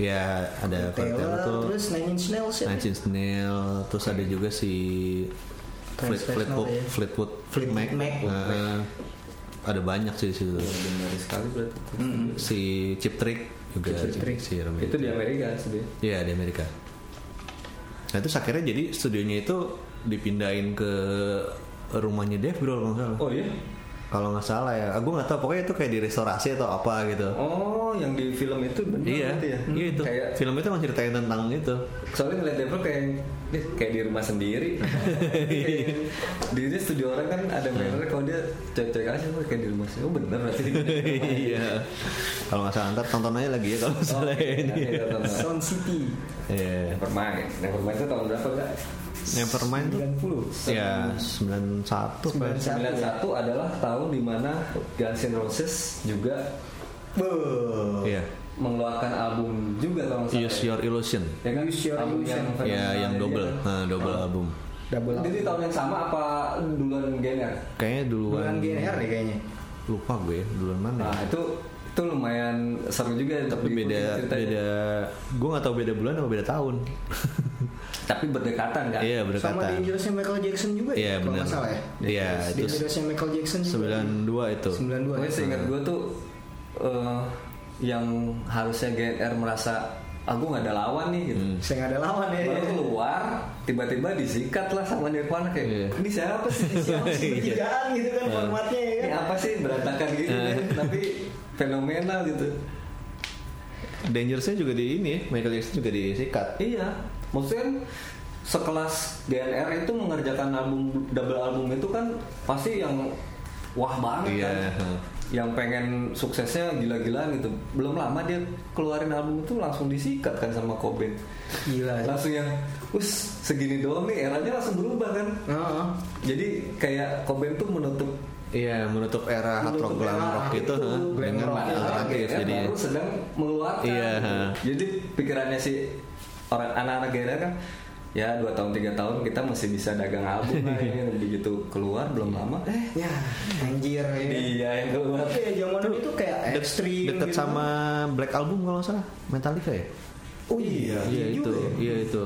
[SPEAKER 2] ya ada Corey
[SPEAKER 4] Taylor,
[SPEAKER 2] Taylor tuh,
[SPEAKER 4] terus Nine Inch Nails ya
[SPEAKER 2] Nine Inch Nails, terus ada juga si Fleet,
[SPEAKER 4] Franz
[SPEAKER 2] Fleetwood,
[SPEAKER 4] Ferdinand ya.
[SPEAKER 2] Fleetwood,
[SPEAKER 4] Fleetwood
[SPEAKER 2] Mac.
[SPEAKER 4] Mac. Iya.
[SPEAKER 2] Eh, ada banyak sih di situ.
[SPEAKER 3] legendaris sekali berarti
[SPEAKER 2] Si Chip Trick juga
[SPEAKER 4] Chip Trick.
[SPEAKER 2] si Remedy.
[SPEAKER 3] Hmm. itu di Amerika sih
[SPEAKER 2] Iya di Amerika. Nah itu akhirnya jadi studionya itu dipindahin ke rumahnya Dave Grohl kalau nggak salah.
[SPEAKER 3] oh iya
[SPEAKER 2] Kalau nggak salah ya, aku nggak tahu pokoknya itu kayak direstorasi atau apa gitu.
[SPEAKER 3] oh yang di film itu benar
[SPEAKER 2] iya,
[SPEAKER 3] gitu ya
[SPEAKER 2] iya itu.
[SPEAKER 3] kayak
[SPEAKER 2] Film itu emang ceritain tentang itu.
[SPEAKER 3] soalnya ngeliat Depro kayak "Ih, kayak di rumah sendiri Kayak- di dia studio orang kan ada banner kalau dia cek-cek aja "Wah, kayak di rumah sendiri oh bener berarti Oh, di
[SPEAKER 2] iya. Kalau nggak salah ntar tonton aja lagi ya kalau
[SPEAKER 3] Oh,
[SPEAKER 2] nggak salah
[SPEAKER 3] iya,
[SPEAKER 2] ini.
[SPEAKER 4] Sound City
[SPEAKER 2] Iya.
[SPEAKER 3] Nevermind Nevermind itu tahun berapa guys?
[SPEAKER 2] Nevermind tuh
[SPEAKER 4] 90
[SPEAKER 2] ya 91 kan.
[SPEAKER 4] 91.
[SPEAKER 3] 91 adalah tahun dimana Guns N' Roses juga Beuh.
[SPEAKER 2] Iya.
[SPEAKER 3] Mengeluarkan album juga kalau nggak salah.
[SPEAKER 2] Use Your Illusion.
[SPEAKER 3] Ya kan?
[SPEAKER 4] Use Your
[SPEAKER 3] album
[SPEAKER 4] Illusion.
[SPEAKER 3] yang
[SPEAKER 2] Ya,
[SPEAKER 3] fenomenal
[SPEAKER 2] yang
[SPEAKER 3] dia.
[SPEAKER 2] double, nah,
[SPEAKER 3] Oh.
[SPEAKER 2] double album.
[SPEAKER 4] double
[SPEAKER 3] Jadi tahun yang sama apa duluan ya? Gener?
[SPEAKER 2] Kayaknya duluan.
[SPEAKER 4] bukan GNR
[SPEAKER 3] ya?
[SPEAKER 4] deh kayaknya
[SPEAKER 2] Lupa gue duluan mana.
[SPEAKER 3] Nah itu itu lumayan seru juga
[SPEAKER 2] Tapi
[SPEAKER 3] diikutin
[SPEAKER 2] beda
[SPEAKER 3] ceritanya.
[SPEAKER 2] beda gue nggak tahu beda bulan apa beda tahun.
[SPEAKER 3] Tapi berdekatan kan?
[SPEAKER 2] Iya,
[SPEAKER 4] sama
[SPEAKER 2] berdekatan.
[SPEAKER 4] Dangerousnya Michael Jackson juga
[SPEAKER 2] Iya,
[SPEAKER 4] ya kalau
[SPEAKER 2] benar.
[SPEAKER 4] nggak salah ya
[SPEAKER 2] Iya, itu
[SPEAKER 4] Dangerousnya Michael Jackson juga.
[SPEAKER 2] 92 itu.
[SPEAKER 4] 92
[SPEAKER 3] Pokoknya seingat gue tuh eh, yang harusnya GNR merasa aku nggak ada lawan nih
[SPEAKER 2] Hmm.
[SPEAKER 3] gitu.
[SPEAKER 4] saya nggak ada lawan ya
[SPEAKER 3] Baru keluar tiba-tiba disikat lah sama Nirvana kayak
[SPEAKER 2] Iya.
[SPEAKER 3] ini siapa sih? Ini siapa sih?
[SPEAKER 4] Bertigaan gitu kan
[SPEAKER 2] Nah.
[SPEAKER 4] formatnya ya
[SPEAKER 3] Ini
[SPEAKER 4] kan
[SPEAKER 3] apa sih berantakan gitu deh. tapi fenomenal gitu.
[SPEAKER 2] Dangersnya juga di ini, ya, Michael Jackson juga disikat.
[SPEAKER 3] Iya, maksudnya kan sekelas GNR itu mengerjakan album double album itu kan pasti yang wah banget
[SPEAKER 2] Iya,
[SPEAKER 3] kan.
[SPEAKER 2] heeh.
[SPEAKER 3] Yang pengen suksesnya gila-gilaan gitu. Belum lama dia keluarin album itu langsung disikat kan sama Cobain.
[SPEAKER 4] gila sih.
[SPEAKER 3] Langsung yang us segini doang nih eranya langsung berubah kan.
[SPEAKER 4] Heeh.
[SPEAKER 3] Jadi kayak Cobain tuh menutup
[SPEAKER 2] Iya, menutup era hard rock
[SPEAKER 4] Menutup
[SPEAKER 2] glam
[SPEAKER 4] era
[SPEAKER 2] rock gitu, itu,
[SPEAKER 4] itu,
[SPEAKER 2] heeh,
[SPEAKER 4] glam
[SPEAKER 2] dengan
[SPEAKER 4] rock ya. Iya. itu,
[SPEAKER 2] alternatif
[SPEAKER 3] GNR
[SPEAKER 2] jadi.
[SPEAKER 3] baru sedang mengeluarkan.
[SPEAKER 2] Iya, heeh.
[SPEAKER 3] Jadi pikirannya si orang anak-anak GNR kan ya dua tahun tiga tahun kita masih bisa dagang album lah ya. begitu keluar belum lama eh
[SPEAKER 4] ya anjir ya
[SPEAKER 3] dia yang keluar
[SPEAKER 4] tapi ya zaman dulu tuh kayak
[SPEAKER 2] Dek-
[SPEAKER 4] ekstrim
[SPEAKER 2] deket
[SPEAKER 4] gitu.
[SPEAKER 2] sama Black Album kalau nggak salah, Metallica ya.
[SPEAKER 4] oh iya
[SPEAKER 2] Iya itu,
[SPEAKER 4] juga ya.
[SPEAKER 2] iya itu.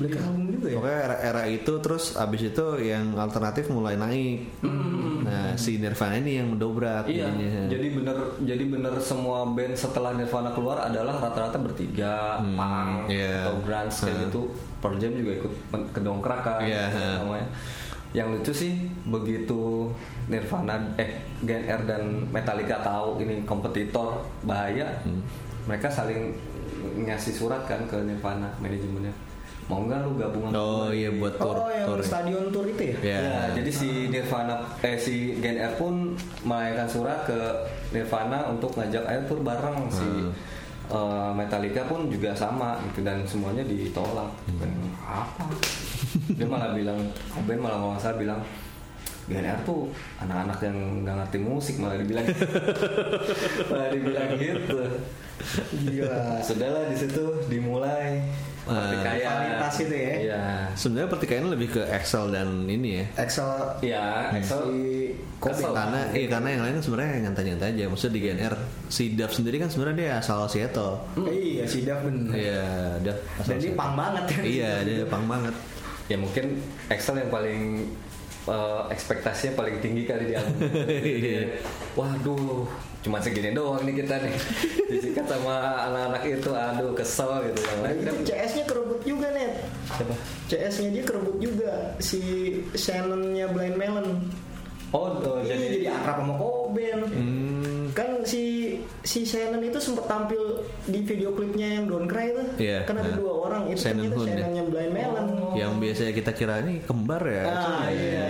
[SPEAKER 4] Black Album juga ya
[SPEAKER 2] Pokoknya era, era itu terus abis itu yang alternatif mulai naik.
[SPEAKER 4] Mm-hmm.
[SPEAKER 2] Nah si Nirvana ini yang mendobrak
[SPEAKER 3] Iya,
[SPEAKER 2] jadinya.
[SPEAKER 3] jadi bener, jadi bener semua band setelah Nirvana keluar adalah rata-rata bertiga,
[SPEAKER 2] Hmm,
[SPEAKER 3] punk
[SPEAKER 2] iya.
[SPEAKER 3] atau grunge kayak
[SPEAKER 2] Heeh.
[SPEAKER 3] gitu. Pearl Jam juga ikut men- kedongkrak kan,
[SPEAKER 2] Iya,
[SPEAKER 3] gitu
[SPEAKER 2] heeh.
[SPEAKER 3] namanya. Yang lucu sih begitu Nirvana, eh GNR dan Metallica tahu ini kompetitor bahaya,
[SPEAKER 2] Hmm.
[SPEAKER 3] mereka saling ngasih surat kan ke Nirvana manajemennya. Mau nggak lu gabungan?
[SPEAKER 2] Oh iya buat tour,
[SPEAKER 4] oh yang
[SPEAKER 2] tour.
[SPEAKER 4] stadion tour itu ya
[SPEAKER 2] Iya.
[SPEAKER 3] Ya, jadi si Nirvana eh si Gen R pun melayangkan surat ke Nirvana untuk ngajak ayo tur bareng si eh, Metallica pun juga sama gitu dan semuanya ditolak. Apa? Dia malah bilang, Cobain malah kalau nggak salah bilang Gen R tuh anak-anak yang nggak ngerti musik malah dibilang gitu. malah dibilang gitu. Nah,
[SPEAKER 4] gila
[SPEAKER 3] Sudahlah di situ dimulai
[SPEAKER 2] Ah.
[SPEAKER 3] pertikaian.
[SPEAKER 4] Rivalitas itu ya?
[SPEAKER 3] Nah. Iya.
[SPEAKER 2] Sebenarnya pertikaiannya lebih ke Excel dan ini ya.
[SPEAKER 4] Excel
[SPEAKER 3] Iya, Excel
[SPEAKER 4] si
[SPEAKER 3] Kesel.
[SPEAKER 2] karena iya karena yang lain sebenarnya nyantai-nyantai aja. Maksudnya di GNR si Duff sendiri kan sebenarnya dia asal Seattle.
[SPEAKER 4] iya si Dav bener
[SPEAKER 2] Iya, Duff asal
[SPEAKER 4] dan dia
[SPEAKER 2] Seattle.
[SPEAKER 4] pang banget kan
[SPEAKER 2] Iya, dia pang banget.
[SPEAKER 3] ya mungkin Excel yang paling eh, ekspektasinya paling tinggi kali di album. Jadi, Waduh, cuma segini doang nih kita nih. Disikat sama anak-anak itu, aduh kesel gitu yang
[SPEAKER 4] Nah,
[SPEAKER 3] lain
[SPEAKER 4] itu
[SPEAKER 3] kan.
[SPEAKER 4] CS-nya kerebut juga net.
[SPEAKER 3] Siapa?
[SPEAKER 4] CS-nya dia kerebut juga si Shannon-nya Blind Melon.
[SPEAKER 3] Oh, tuh,
[SPEAKER 4] Jadi
[SPEAKER 3] jadi
[SPEAKER 4] jadi akrab sama Coben.
[SPEAKER 2] Hmm.
[SPEAKER 4] Kan si si Shannon itu sempat tampil di video klipnya yang Don't Cry itu.
[SPEAKER 2] Iya,
[SPEAKER 4] Kan ada
[SPEAKER 2] nah.
[SPEAKER 4] dua orang itu
[SPEAKER 2] Shannon
[SPEAKER 4] ternyata
[SPEAKER 2] Hoon ya. Oh. Iya,
[SPEAKER 4] Shannon-nya Blind Melon.
[SPEAKER 2] Yang biasanya kita kira ini kembar ya.
[SPEAKER 4] Nah,
[SPEAKER 2] Sebenarnya.
[SPEAKER 4] iya.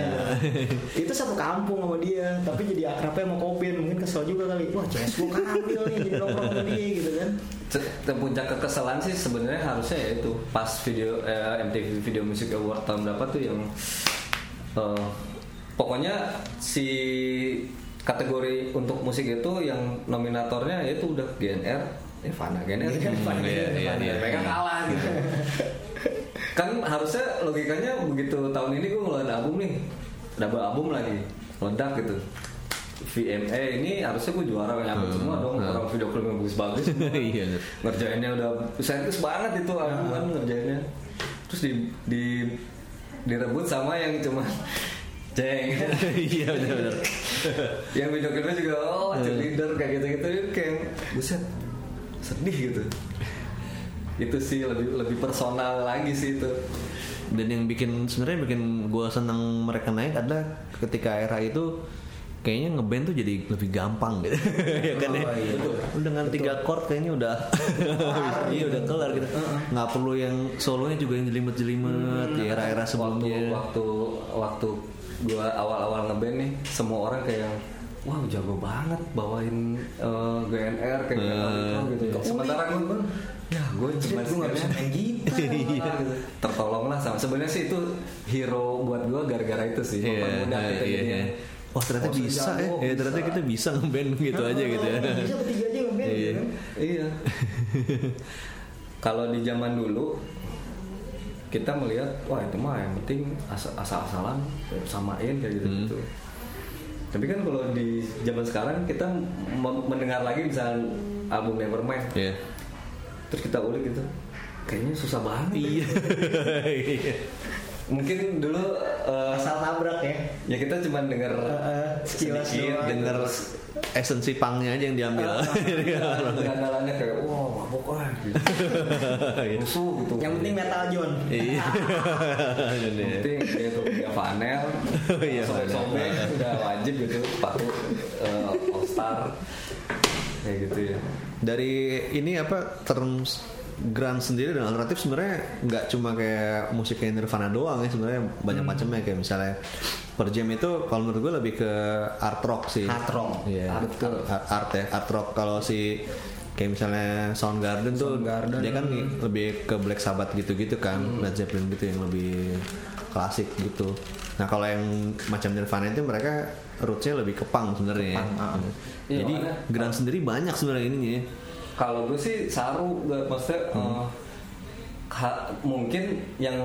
[SPEAKER 4] itu satu kampung sama dia, tapi jadi akrabnya sama Coben. Mungkin kesel juga kali. Wah, CS gua ngambil nih jadi nongkrong sama dia gitu kan.
[SPEAKER 3] ce- te- puncak kekesalan sih sebenarnya harusnya ya itu pas video eh, MTV Video Music Award tahun berapa tuh yang eh, pokoknya si kategori untuk musik itu yang nominatornya itu udah GNR Nirvana GNR kan? Nirvana
[SPEAKER 2] iya,
[SPEAKER 3] GNR,
[SPEAKER 2] iya,
[SPEAKER 3] Nirvana.
[SPEAKER 2] iya.
[SPEAKER 3] mereka kalah gitu kan harusnya logikanya begitu tahun ini gue ngeluarin album nih double album lagi meledak gitu VMA ini harusnya gue juara
[SPEAKER 2] Hmm,
[SPEAKER 3] nyampe semua dong orang video klip yang bagus-bagus
[SPEAKER 2] Iya.
[SPEAKER 3] ngerjainnya udah serius banget itu aku kan ngerjainnya terus di di direbut sama yang cuma ceng
[SPEAKER 2] Iya benar-benar.
[SPEAKER 3] yang video klipnya juga oh cheerleader kayak gitu gitu kayak buset sedih gitu itu sih lebih lebih personal lagi sih itu
[SPEAKER 2] Dan yang bikin sebenarnya bikin gue seneng mereka naik adalah ketika era itu kayaknya ngeband tuh jadi lebih gampang gitu. ya kan ya. Lu dengan tiga chord kayaknya udah iya udah kelar gitu. Nggak perlu yang solonya juga yang jelimet-jelimet di era-era
[SPEAKER 3] waktu
[SPEAKER 2] sebelumnya.
[SPEAKER 3] waktu waktu gue awal-awal ngeband nih semua orang kayak wow jago banget bawain eh, GNR kayak gitu, gitu. sementara gue ya gue cuma
[SPEAKER 4] Gua nggak bisa
[SPEAKER 3] sekalian
[SPEAKER 4] main gitu.
[SPEAKER 3] Iya. tertolonglah sama sebenarnya sih itu hero buat gue gara-gara itu sih
[SPEAKER 2] Iya,
[SPEAKER 3] mempermudah
[SPEAKER 2] iya,
[SPEAKER 3] kita
[SPEAKER 2] iya,
[SPEAKER 3] jadinya.
[SPEAKER 2] iya. Wah ternyata
[SPEAKER 4] Kalau
[SPEAKER 2] bisa
[SPEAKER 4] saya
[SPEAKER 2] ya.
[SPEAKER 4] jago,
[SPEAKER 2] Ya, ternyata
[SPEAKER 4] bisa.
[SPEAKER 2] kita bisa ngeband gitu aja gitu ya.
[SPEAKER 4] Bisa bertiga aja ngeband
[SPEAKER 2] Iya.
[SPEAKER 4] gitu kan.
[SPEAKER 3] Iya. Kalau di zaman dulu kita melihat wah itu mah yang penting as- asal-asalan samain kayak gitu gitu.
[SPEAKER 2] Hmm.
[SPEAKER 3] Tapi kan kalau di zaman sekarang kita mem- mendengar lagi misalnya album Nevermind,
[SPEAKER 2] Iya.
[SPEAKER 3] terus kita ulik gitu, kayaknya susah banget.
[SPEAKER 2] Iya. Iya.
[SPEAKER 3] Mungkin dulu eh,
[SPEAKER 4] Asal nabrak ya.
[SPEAKER 3] ya kita cuma dengar
[SPEAKER 4] Heeh, Eh, sekilas
[SPEAKER 3] sedikit,
[SPEAKER 4] doang.
[SPEAKER 3] dengar
[SPEAKER 2] Esensi pangnya aja yang diambil.
[SPEAKER 3] gandalannya Iya, kayak wow mabok ah gitu.
[SPEAKER 2] Iya.
[SPEAKER 3] Musuh gitu.
[SPEAKER 4] Yang penting metal John.
[SPEAKER 2] Iya. Ini ya.
[SPEAKER 3] penting itu punya panel
[SPEAKER 2] Oh iya,
[SPEAKER 3] sobek-sobek udah wajib gitu paku eh, all star kayak gitu ya
[SPEAKER 2] dari ini apa terms grand sendiri dan alternatif sebenarnya nggak cuma kayak musik kayak Nirvana doang ya sebenarnya banyak macamnya kayak misalnya per jam itu kalau menurut gue lebih ke art rock sih
[SPEAKER 4] Hard rock.
[SPEAKER 2] Iya,
[SPEAKER 4] Art
[SPEAKER 2] art, art ya art rock kalau si kayak misalnya Soundgarden tuh
[SPEAKER 4] Soundgarden.
[SPEAKER 2] dia kan lebih ke Black Sabbath gitu-gitu kan Led Zeppelin gitu yang lebih klasik gitu nah kalau yang macam Nirvana itu mereka rootsnya lebih ke punk sebenarnya ya.
[SPEAKER 3] Iya,
[SPEAKER 2] jadi
[SPEAKER 3] makanya.
[SPEAKER 2] Grand sendiri banyak sebenarnya ininya ya.
[SPEAKER 3] kalau gue sih saru gak maksudnya
[SPEAKER 2] Hmm.
[SPEAKER 3] eh, ha- mungkin yang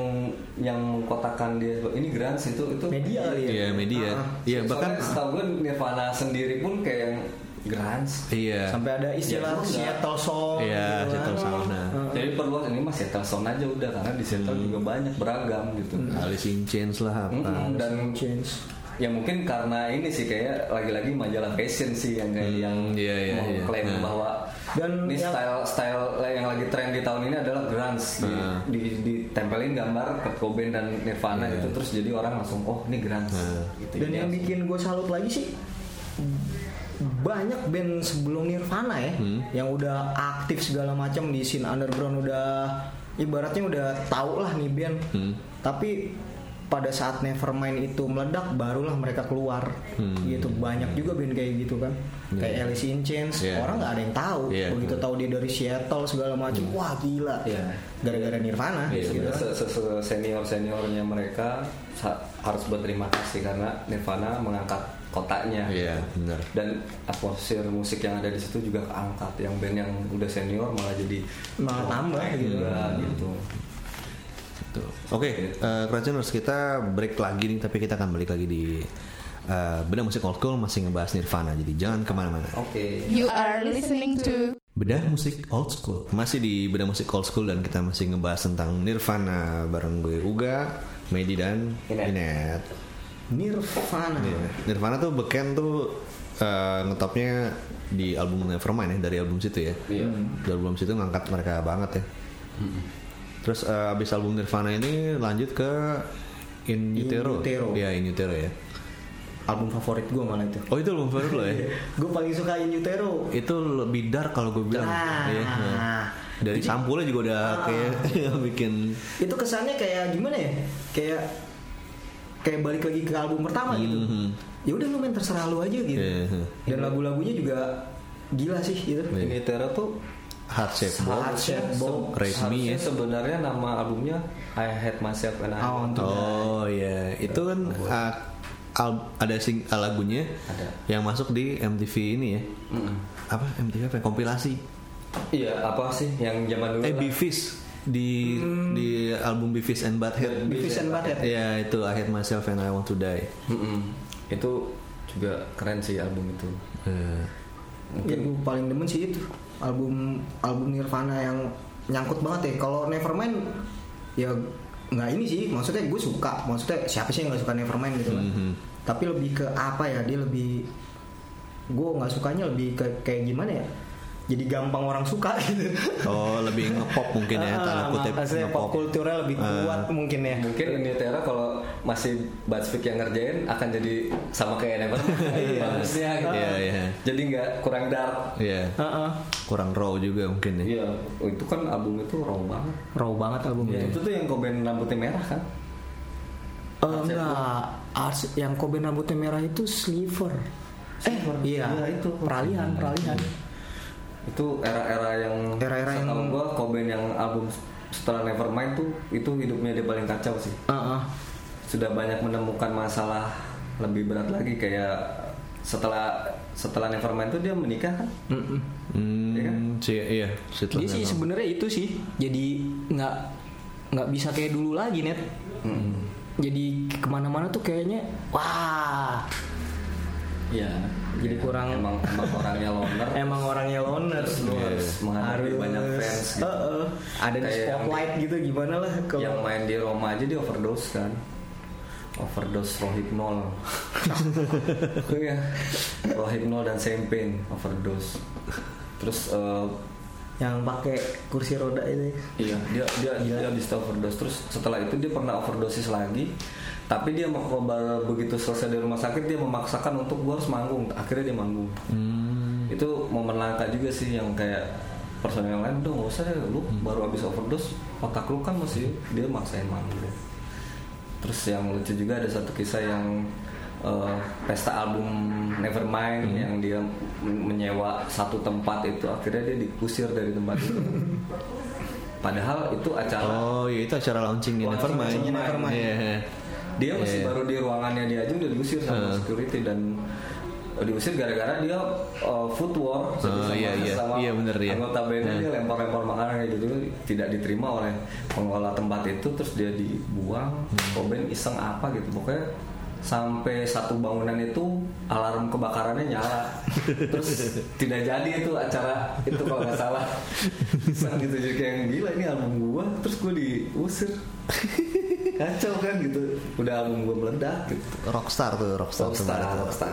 [SPEAKER 3] yang mengkotakan dia ini grans itu itu
[SPEAKER 4] Media kali ya.
[SPEAKER 2] Iya media.
[SPEAKER 4] Ah,
[SPEAKER 2] Iya bahkan
[SPEAKER 3] soalnya setahu gue Nirvana sendiri pun kayak yang grans
[SPEAKER 2] iya.
[SPEAKER 4] Sampai ada istilah
[SPEAKER 3] Ya, enggak.
[SPEAKER 4] Seattle song.
[SPEAKER 2] Iya,
[SPEAKER 4] gitu kan.
[SPEAKER 2] Seattle song, nah.
[SPEAKER 3] jadi perluas ini masih Seattle sound aja udah karena di Seattle
[SPEAKER 2] Hmm.
[SPEAKER 3] juga banyak beragam gitu
[SPEAKER 2] Alice in Chains lah apa.
[SPEAKER 3] Mm-mm, dan
[SPEAKER 4] Change.
[SPEAKER 3] Ya mungkin karena ini sih kayak lagi-lagi majalah fashion sih yang kayak yang
[SPEAKER 2] iya, iya,
[SPEAKER 3] mau
[SPEAKER 2] iya.
[SPEAKER 3] klaim
[SPEAKER 2] Nah.
[SPEAKER 3] bahwa
[SPEAKER 4] Dan
[SPEAKER 3] ini
[SPEAKER 4] yang-
[SPEAKER 3] style style yang lagi tren di tahun ini adalah grunge Di-
[SPEAKER 2] Nah.
[SPEAKER 3] di, ditempelin gambar Kurt Cobain dan Nirvana
[SPEAKER 2] Iya.
[SPEAKER 3] gitu terus jadi orang langsung oh ini grunge
[SPEAKER 2] Nah.
[SPEAKER 3] gitu.
[SPEAKER 4] Dan
[SPEAKER 3] Jadi
[SPEAKER 4] yang
[SPEAKER 3] langsung-
[SPEAKER 4] bikin gue salut lagi sih banyak band sebelum Nirvana ya
[SPEAKER 3] Hmm.
[SPEAKER 4] yang udah aktif segala macam di scene underground udah ibaratnya udah tau lah nih band
[SPEAKER 3] Hmm.
[SPEAKER 4] tapi pada saat Nevermind itu meledak barulah mereka keluar
[SPEAKER 3] Hmm.
[SPEAKER 4] gitu banyak juga band kayak gitu kan
[SPEAKER 3] Iya.
[SPEAKER 4] kayak Alice in Chains
[SPEAKER 2] Yeah.
[SPEAKER 4] orang nggak ada yang tahu
[SPEAKER 2] Yeah.
[SPEAKER 4] begitu tahu dia dari Seattle segala macam
[SPEAKER 3] Hmm.
[SPEAKER 4] wah gila
[SPEAKER 3] Yeah.
[SPEAKER 4] gara-gara Nirvana
[SPEAKER 2] Yeah.
[SPEAKER 4] gitu
[SPEAKER 3] Sebenarnya
[SPEAKER 4] kan.
[SPEAKER 3] Iya, se- se- se- senior-seniornya mereka sa- harus berterima kasih karena Nirvana mengangkat kotanya.
[SPEAKER 2] Iya benar.
[SPEAKER 3] dan atmosfer musik yang ada di situ juga keangkat yang band yang udah senior malah jadi
[SPEAKER 4] Malah tambah gitu.
[SPEAKER 3] juga gitu
[SPEAKER 2] Tuh. gitu. Oke, eh, Krajoners, kita break lagi nih tapi kita akan balik lagi di eh Bedah Musik Old School masih ngebahas Nirvana jadi jangan kemana-mana.
[SPEAKER 3] oke
[SPEAKER 1] You are listening to
[SPEAKER 2] Bedah Musik Old School Masih di Bedah Musik Old School dan kita masih ngebahas tentang Nirvana Bareng gue Uga, Medi dan
[SPEAKER 3] Inet.
[SPEAKER 2] Inet
[SPEAKER 4] Nirvana
[SPEAKER 2] Nirvana tuh beken tuh eh, ngetopnya di album Nevermind ya dari album situ ya.
[SPEAKER 3] Iya.
[SPEAKER 2] Di album situ ngangkat mereka banget ya. Terus eh, abis album Nirvana ini lanjut ke In
[SPEAKER 4] In
[SPEAKER 2] Utero.
[SPEAKER 4] Utero.
[SPEAKER 2] Iya In Utero ya.
[SPEAKER 4] album favorit gue malah itu
[SPEAKER 2] Oh itu album favorit lo ya.
[SPEAKER 4] gue paling suka In Utero
[SPEAKER 2] itu lebih dark kalau gue bilang.
[SPEAKER 4] Ah.
[SPEAKER 2] Iya, nah. Dari sampulnya juga udah kayak bikin
[SPEAKER 4] itu kesannya kayak gimana ya kayak kayak balik lagi ke album pertama gitu
[SPEAKER 2] Mhm.
[SPEAKER 4] ya udah lu main terserah lu aja gitu
[SPEAKER 2] Iya, iya.
[SPEAKER 4] dan lagu-lagunya juga gila sih gitu
[SPEAKER 2] Iya.
[SPEAKER 3] ini Tera tuh
[SPEAKER 2] hard shape ball.
[SPEAKER 4] Heart Shape Bomb.
[SPEAKER 2] Raise Me
[SPEAKER 3] harusnya
[SPEAKER 2] ya.
[SPEAKER 3] sebenarnya nama albumnya I Hate Myself and I
[SPEAKER 4] Oh,
[SPEAKER 3] Want to Die.
[SPEAKER 2] Oh iya, itu kan ah, al- ada sing ah, lagunya
[SPEAKER 3] Ada.
[SPEAKER 2] yang masuk di MTV ini ya.
[SPEAKER 3] Mm-mm.
[SPEAKER 2] Apa MTV apa? ya? Kompilasi.
[SPEAKER 3] iya apa sih yang zaman dulu kan?
[SPEAKER 2] Eh
[SPEAKER 3] lah.
[SPEAKER 2] Beavis di di album Beavis and Butthead.
[SPEAKER 4] Beavis and Butthead.
[SPEAKER 2] Ya itu I Hate Myself and I Want to Die.
[SPEAKER 3] Mm-mm. itu juga keren sih album itu
[SPEAKER 2] Eh,
[SPEAKER 4] ya gue paling demen sih itu album album Nirvana yang nyangkut banget ya kalau Nevermind ya nggak ini sih maksudnya gue suka maksudnya siapa sih yang nggak suka Nevermind gitu kan
[SPEAKER 2] Mhm.
[SPEAKER 4] tapi lebih ke apa ya dia lebih gue nggak sukanya lebih ke kayak gimana ya jadi gampang orang suka gitu
[SPEAKER 2] Oh lebih ngepop mungkin ya,
[SPEAKER 4] Ah,
[SPEAKER 2] tanda kutip Eh.
[SPEAKER 4] maksudnya pop kulturnya lebih kuat mungkin ya
[SPEAKER 3] mungkin ini Tera kalau masih Buzzfeed yang ngerjain akan jadi sama kayak Never bagusnya gitu
[SPEAKER 2] Iya, iya.
[SPEAKER 3] jadi nggak kurang dark
[SPEAKER 2] Iya,
[SPEAKER 4] Heeh.
[SPEAKER 2] kurang raw juga mungkin ya.
[SPEAKER 3] Iya, itu kan album itu raw banget.
[SPEAKER 4] raw banget albumnya
[SPEAKER 3] Itu tuh yang Cobain rambutnya merah kan?
[SPEAKER 4] Eh, enggak Ars- yang Kobe rambutnya merah itu sliver eh iya
[SPEAKER 3] Iya, itu.
[SPEAKER 4] peralihan peralihan
[SPEAKER 3] Itu era-era yang
[SPEAKER 4] Era-era yang-
[SPEAKER 3] setahu gua Cobain yang album setelah Nevermind tuh itu hidupnya dia paling kacau sih.
[SPEAKER 4] Heeh.
[SPEAKER 3] Sudah banyak menemukan masalah lebih berat lagi kayak setelah setelah Nevermind tuh dia menikah kan?
[SPEAKER 4] Mm-mm.
[SPEAKER 2] Hmm,
[SPEAKER 3] Iya kan?
[SPEAKER 2] si- iya, setelah
[SPEAKER 4] Dia sih
[SPEAKER 2] memang.
[SPEAKER 4] sebenarnya itu sih. Jadi nggak nggak bisa kayak dulu lagi net. Jadi kemana-mana tuh kayaknya wah
[SPEAKER 3] Iya.
[SPEAKER 4] Jadi kurang-
[SPEAKER 3] emang, emang orangnya loner.
[SPEAKER 4] emang orangnya loner.
[SPEAKER 3] Terus lu harus menghadapi banyak fans gitu.
[SPEAKER 4] Eh, eh. Ada di
[SPEAKER 3] Kayak yang-
[SPEAKER 4] spotlight gitu gimana lah kalau
[SPEAKER 3] Yang main di Roma aja dia overdose kan. Overdose Rohypnol. Iya. Rohypnol dan Sempen overdose. Terus eh,
[SPEAKER 4] yang pakai kursi roda itu.
[SPEAKER 3] Iya, dia dia dia habis itu overdose terus setelah itu dia pernah overdosis lagi. Tapi dia mau baru begitu selesai dari rumah sakit dia memaksakan untuk gua harus manggung. Akhirnya dia manggung. Itu momen langka juga sih yang kayak personil yang lain udah nggak usah deh lu baru habis overdose otak lu kan masih dia maksain manggung. Terus yang lucu juga ada satu kisah yang eh, pesta album Nevermind yang dia men- menyewa satu tempat itu akhirnya dia dikusir dari tempat itu. Padahal itu acara
[SPEAKER 2] Oh, ya itu acara launchingnya
[SPEAKER 3] Launching
[SPEAKER 2] Nevermind.
[SPEAKER 3] launchingnya Nevermind.
[SPEAKER 2] Iya.
[SPEAKER 3] dia masih
[SPEAKER 2] Iya.
[SPEAKER 3] baru di ruangannya dia aja udah diusir sama
[SPEAKER 2] Heeh.
[SPEAKER 3] security dan oh, diusir gara-gara dia eh, food war
[SPEAKER 2] Oh, iya, iya.
[SPEAKER 3] sama
[SPEAKER 2] Iya, bener, iya.
[SPEAKER 3] anggota bandnya
[SPEAKER 2] Heeh.
[SPEAKER 3] dia lempar-lempar makanan kayak gitu tidak diterima oleh pengelola tempat itu terus dia dibuang hmm. iseng apa gitu pokoknya sampai satu bangunan itu alarm kebakarannya nyala terus tidak jadi itu acara itu kalau nggak salah Iseng gitu jadi kayak gila ini album gua terus gua diusir kacau kan gitu udah album gua meledak gitu
[SPEAKER 2] Rockstar tuh, Rockstar.
[SPEAKER 3] rockstar
[SPEAKER 2] kemarin tuh.
[SPEAKER 3] rockstar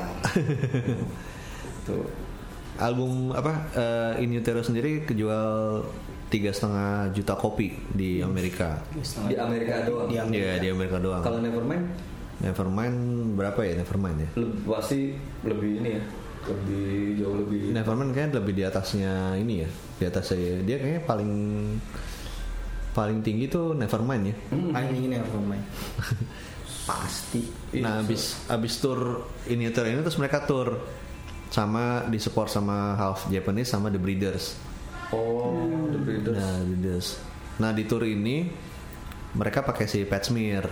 [SPEAKER 3] tuh
[SPEAKER 2] Album apa eh, In Utero sendiri kejual tiga setengah juta kopi di Amerika.
[SPEAKER 3] di Amerika doang
[SPEAKER 4] Di Amerika.
[SPEAKER 2] Iya, di Amerika doang.
[SPEAKER 3] kalau Nevermind
[SPEAKER 2] Nevermind berapa ya Nevermind ya?
[SPEAKER 3] lebih pasti lebih ini ya lebih jauh lebih
[SPEAKER 2] Nevermind kayaknya lebih di atasnya ini ya, di atas saya. Dia kayaknya paling paling tinggi tuh Nevermind ya.
[SPEAKER 3] Mm.
[SPEAKER 4] Paling ingin yang pemain. Pasti.
[SPEAKER 2] Nah, abis abis tour ini tour ini terus mereka tour sama disupport sama Half Japanese sama The Breeders.
[SPEAKER 3] oh the breeders
[SPEAKER 2] Nah, The Breeders. Nah, di tour ini mereka pakai si Pat Smear.